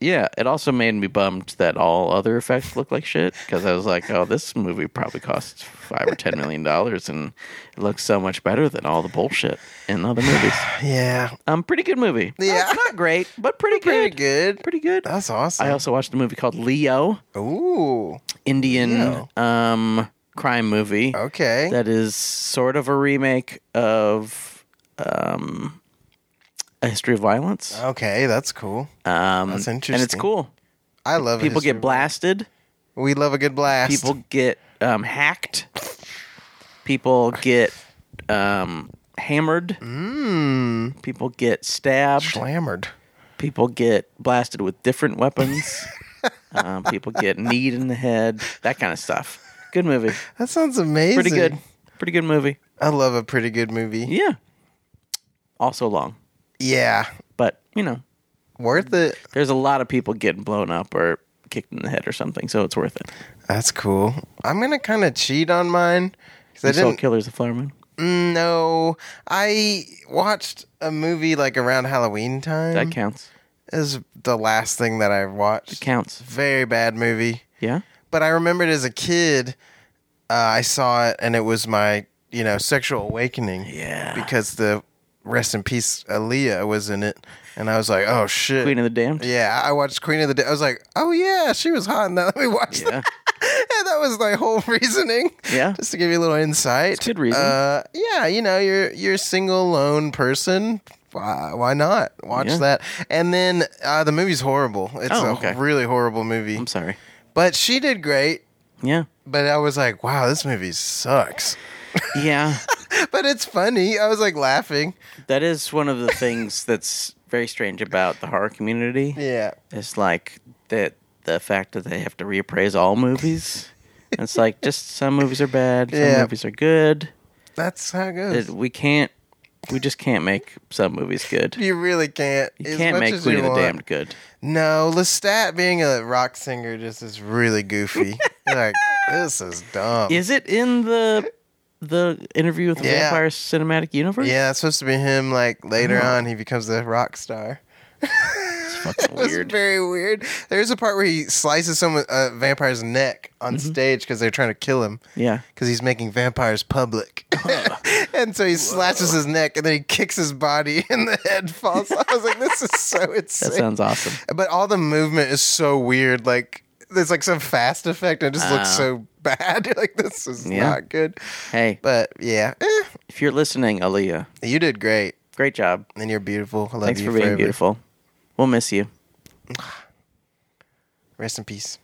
yeah, it also made me bummed that all other effects look like shit because I was like, oh, this movie probably costs five or ten million dollars and it looks so much better than all the bullshit in other movies. yeah, Um, pretty good movie. Yeah. Not- not great, but pretty good. pretty good. Uh, Pretty good. That's awesome. I also watched a movie called Leo, Ooh, Indian Leo. um crime movie okay. that is sort of a remake of um a history of violence. okay, that's cool. Um, And That's it's Oh, interesting. cool. I love People history. get blasted. We love a good blast. People get um, hacked. People get um, hammered. Hmm? mm, People get stabbed. slammered. People get blasted with different weapons. um, people get kneed in the head. That kind of stuff. Good movie. That sounds amazing. Pretty good. Pretty good movie. I love a pretty good movie. Yeah. Also long, Yeah, but you know, worth it. there's a lot of people getting blown up or kicked in the head or something, so it's worth it. That's cool. I'm gonna kind of cheat on mine because I The Soul didn't. Killer's the Flower Moon. Mm, No, I watched a movie like around Halloween time. That counts. is the last thing that I watched. Counts. Very bad movie. Yeah. But I remembered as a kid, uh, I saw it and it was my, you know, sexual awakening. Yeah. Because the rest in peace Aaliyah was in it. And I was like, oh shit. Queen of the Damned. yeah, I I watched Queen of the Day. I was like, oh yeah, she was hot in that. Let me watch Yeah. that. and that was my whole reasoning. Yeah. Just to give you a little insight. It's a good reason. Uh, yeah, you know, you're you're a single lone person. Why, why not watch Yeah. that? And then uh, the movie's horrible. It's Oh, a okay. really horrible movie. I'm sorry. But she did great. Yeah. But I was like, wow, this movie sucks. Yeah. but it's funny. I was like laughing. that is one of the things that's very strange about the horror community. Yeah. It's like that the fact that they have to reappraise all movies. It's like just some movies are bad, some Yeah. movies are good. That's how it goes. It- we can't we just can't make some movies good. you really can't. You as can't much make as Queen you of the want. Damned good. No, Lestat being a rock singer just is really goofy. You're like, this is dumb. Is it in the the interview with the Yeah. Vampire Cinematic Universe? Yeah, it's supposed to be him. Like later on, he becomes a rock star. Fucking It was weird. very weird. There's a part where he slices someone a vampire's neck on Mm-hmm. stage because they're trying to kill him Yeah. because he's making vampires public. and so he slashes his neck and then he kicks his body and the head falls. off. I was like, this is so insane. That sounds awesome. but all the movement is so weird. Like there's like some fast effect and it just looks Ah. so bad. You're like this is Yeah. not good. Hey, But yeah, eh, if you're listening, Aaliyah, you did great. great job. And you're beautiful. I love Thanks you for being forever. beautiful. We'll miss you. Rest in peace.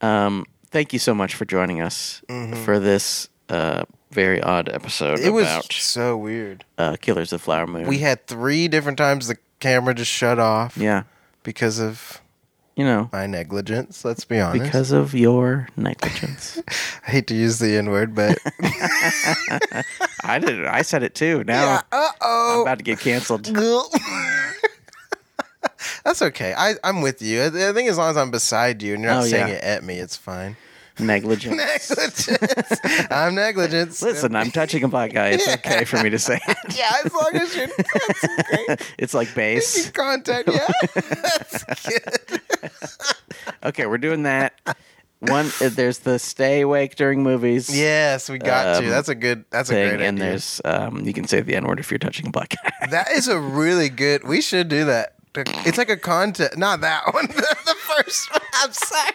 Um, thank you so much for joining us for this uh, very odd episode It was about so weird. uh, Killers of the Flower Moon. We had three different times the camera just shut off yeah, because of you know, my negligence. Let's be honest. because of your negligence. I hate to use the N word, but I did. I said it too. Now uh I'm oh. about to get canceled. That's okay. I, I'm with you. I, I think as long as I'm beside you and you're not Oh, saying yeah. it at me, it's fine. Negligence. negligence. I'm negligence. Listen, I'm touching a black guy. It's okay for me to say it. yeah, as long as you're that's great. It's like Keep bass. contact. Yeah, that's good. Okay, we're doing that. One, uh, there's the stay awake during movies. Yes, we got Um, you. That's a good. That's a great Thing, idea. and there's um, you can say the N word if you're touching a black guy. That is a really good. We should do that. It's like a contest. Not that one. The, the first one. I'm sorry.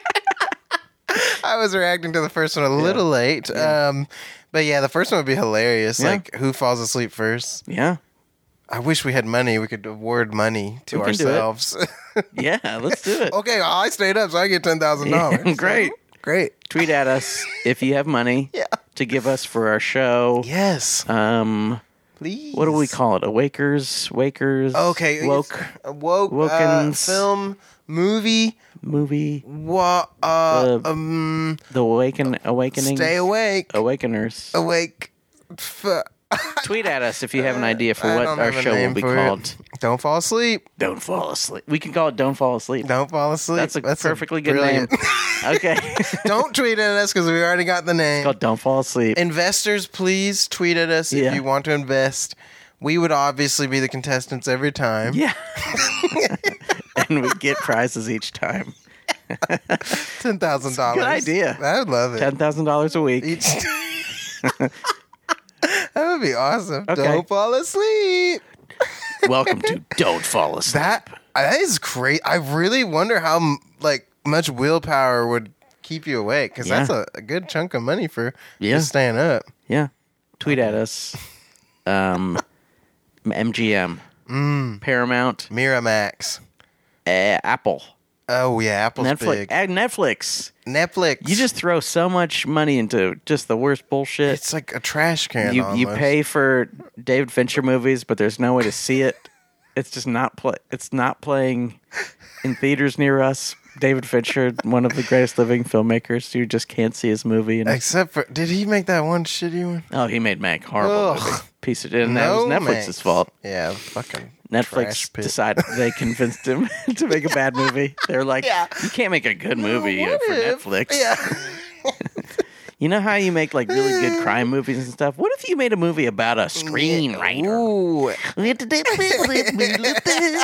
I was reacting to the first one a little late. Um, but yeah, the first one would be hilarious. Yeah. Like, who falls asleep first? Yeah. I wish we had money. We could award money to We can do it. ourselves. Yeah, let's do it. okay, well, I stayed up, so I get ten thousand Yeah, dollars. great. great. Tweet at us if you have money Yeah. to give us for our show. Yes, Um, please. what do we call it? Awakers, wakers. Okay, woke. woke, woke uh, Wilkins. film movie. movie What? Uh, The- um, The Awaken Awakening stay Oh. awake. Awakeners. Awake. F- Tweet at us if you have an idea for Uh, I what don't our have a show will name be for it. called. Don't fall asleep. Don't fall asleep. We can call it Don't Fall Asleep. Don't fall asleep. That's a perfectly good brilliant- name. Okay. Don't tweet at us because we already got the name. called Don't Fall Asleep. Investors, please tweet at us Yeah. if you want to invest. We would obviously be the contestants every time. yeah. and we get prizes each time. Ten thousand dollars. Good idea. I would love it. Ten thousand dollars a week. Each- that would be awesome. Okay. Don't fall asleep. Welcome to Don't Fall Asleep. That that is great. I really wonder how m- like much willpower would keep you awake because Yeah. that's a, a good chunk of money for Yeah. just staying up. Yeah. Tweet at us. Um, MGM, Mm. Paramount, Miramax. uh, Apple, Oh yeah, Apple's Netflix, big. uh, Netflix. Netflix. You just throw so much money into just the worst bullshit. it's like a trash can. you you almost. pay for David Fincher movies, but there's no way to see it. It's just not play. It's not playing in theaters near us. David Fincher, one of the greatest living filmmakers, you just can't see his movie. And Except for did he make that one shitty one? oh, he made Mac horrible Ugh. movie. piece of, and that was No, Netflix's Max. fault. Yeah, fucking Netflix trash pit. decided they convinced him to make a bad movie. They're like, Yeah. you can't make a good movie uh, What for if- Netflix. Yeah. You know how you make like really good crime movies and stuff? What if you made a movie about a screenwriter? Ooh.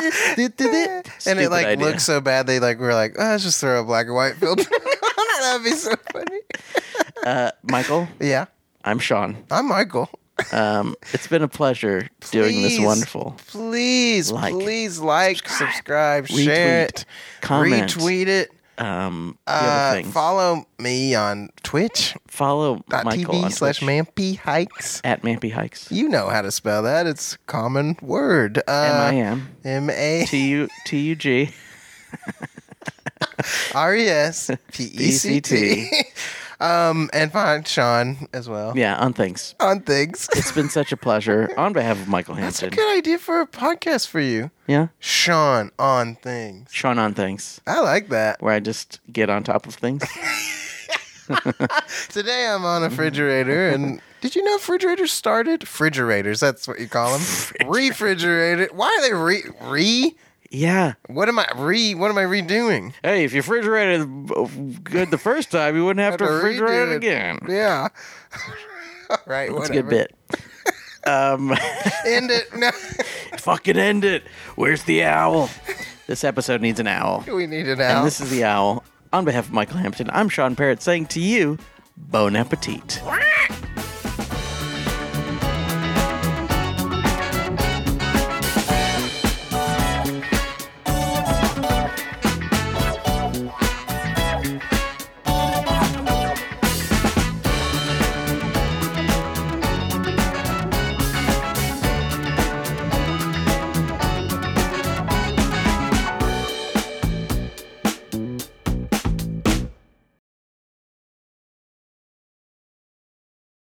and it Stupid like idea. looks so bad they like were like, oh, let's just throw a black and white filter. That'd be so funny. Uh, Michael, Yeah. I'm Sean. I'm Michael. Um, it's been a pleasure doing this Please. wonderful. Please, Like, please like, subscribe, share retweet, it, comment. retweet it. Um, the other Uh, things. follow me on Twitch. follow dot Michael on TV slash uh, Twitch, Mampy Hikes. at Mampy Hikes. You know how to spell that. It's a common word. M I Uh, M M A T U T U G. R E S P E C T. Um, and find Sean as well Yeah, on things. on things. It's been such a pleasure on behalf of Michael That's a Hampton. good idea for a podcast for you. Yeah, Sean on things. Sean on things, I like that. where I just get on top of things. Today I'm on a refrigerator and did you know refrigerators started? Refrigerators, that's what you call them. Refrigerator. Why are they re re? Yeah. What am I re? What am I redoing? Hey, if you refrigerated it good the first time, you wouldn't have to Have to refrigerate redo it it. again. Yeah. All right. That's a good whatever. bit. Um, End it. No, fucking end it. Where's the owl? This episode needs an owl. we need it And out. this is the owl. On behalf of Michael Hampton, I'm Sean Parrott saying to you, bon appetit. Quack!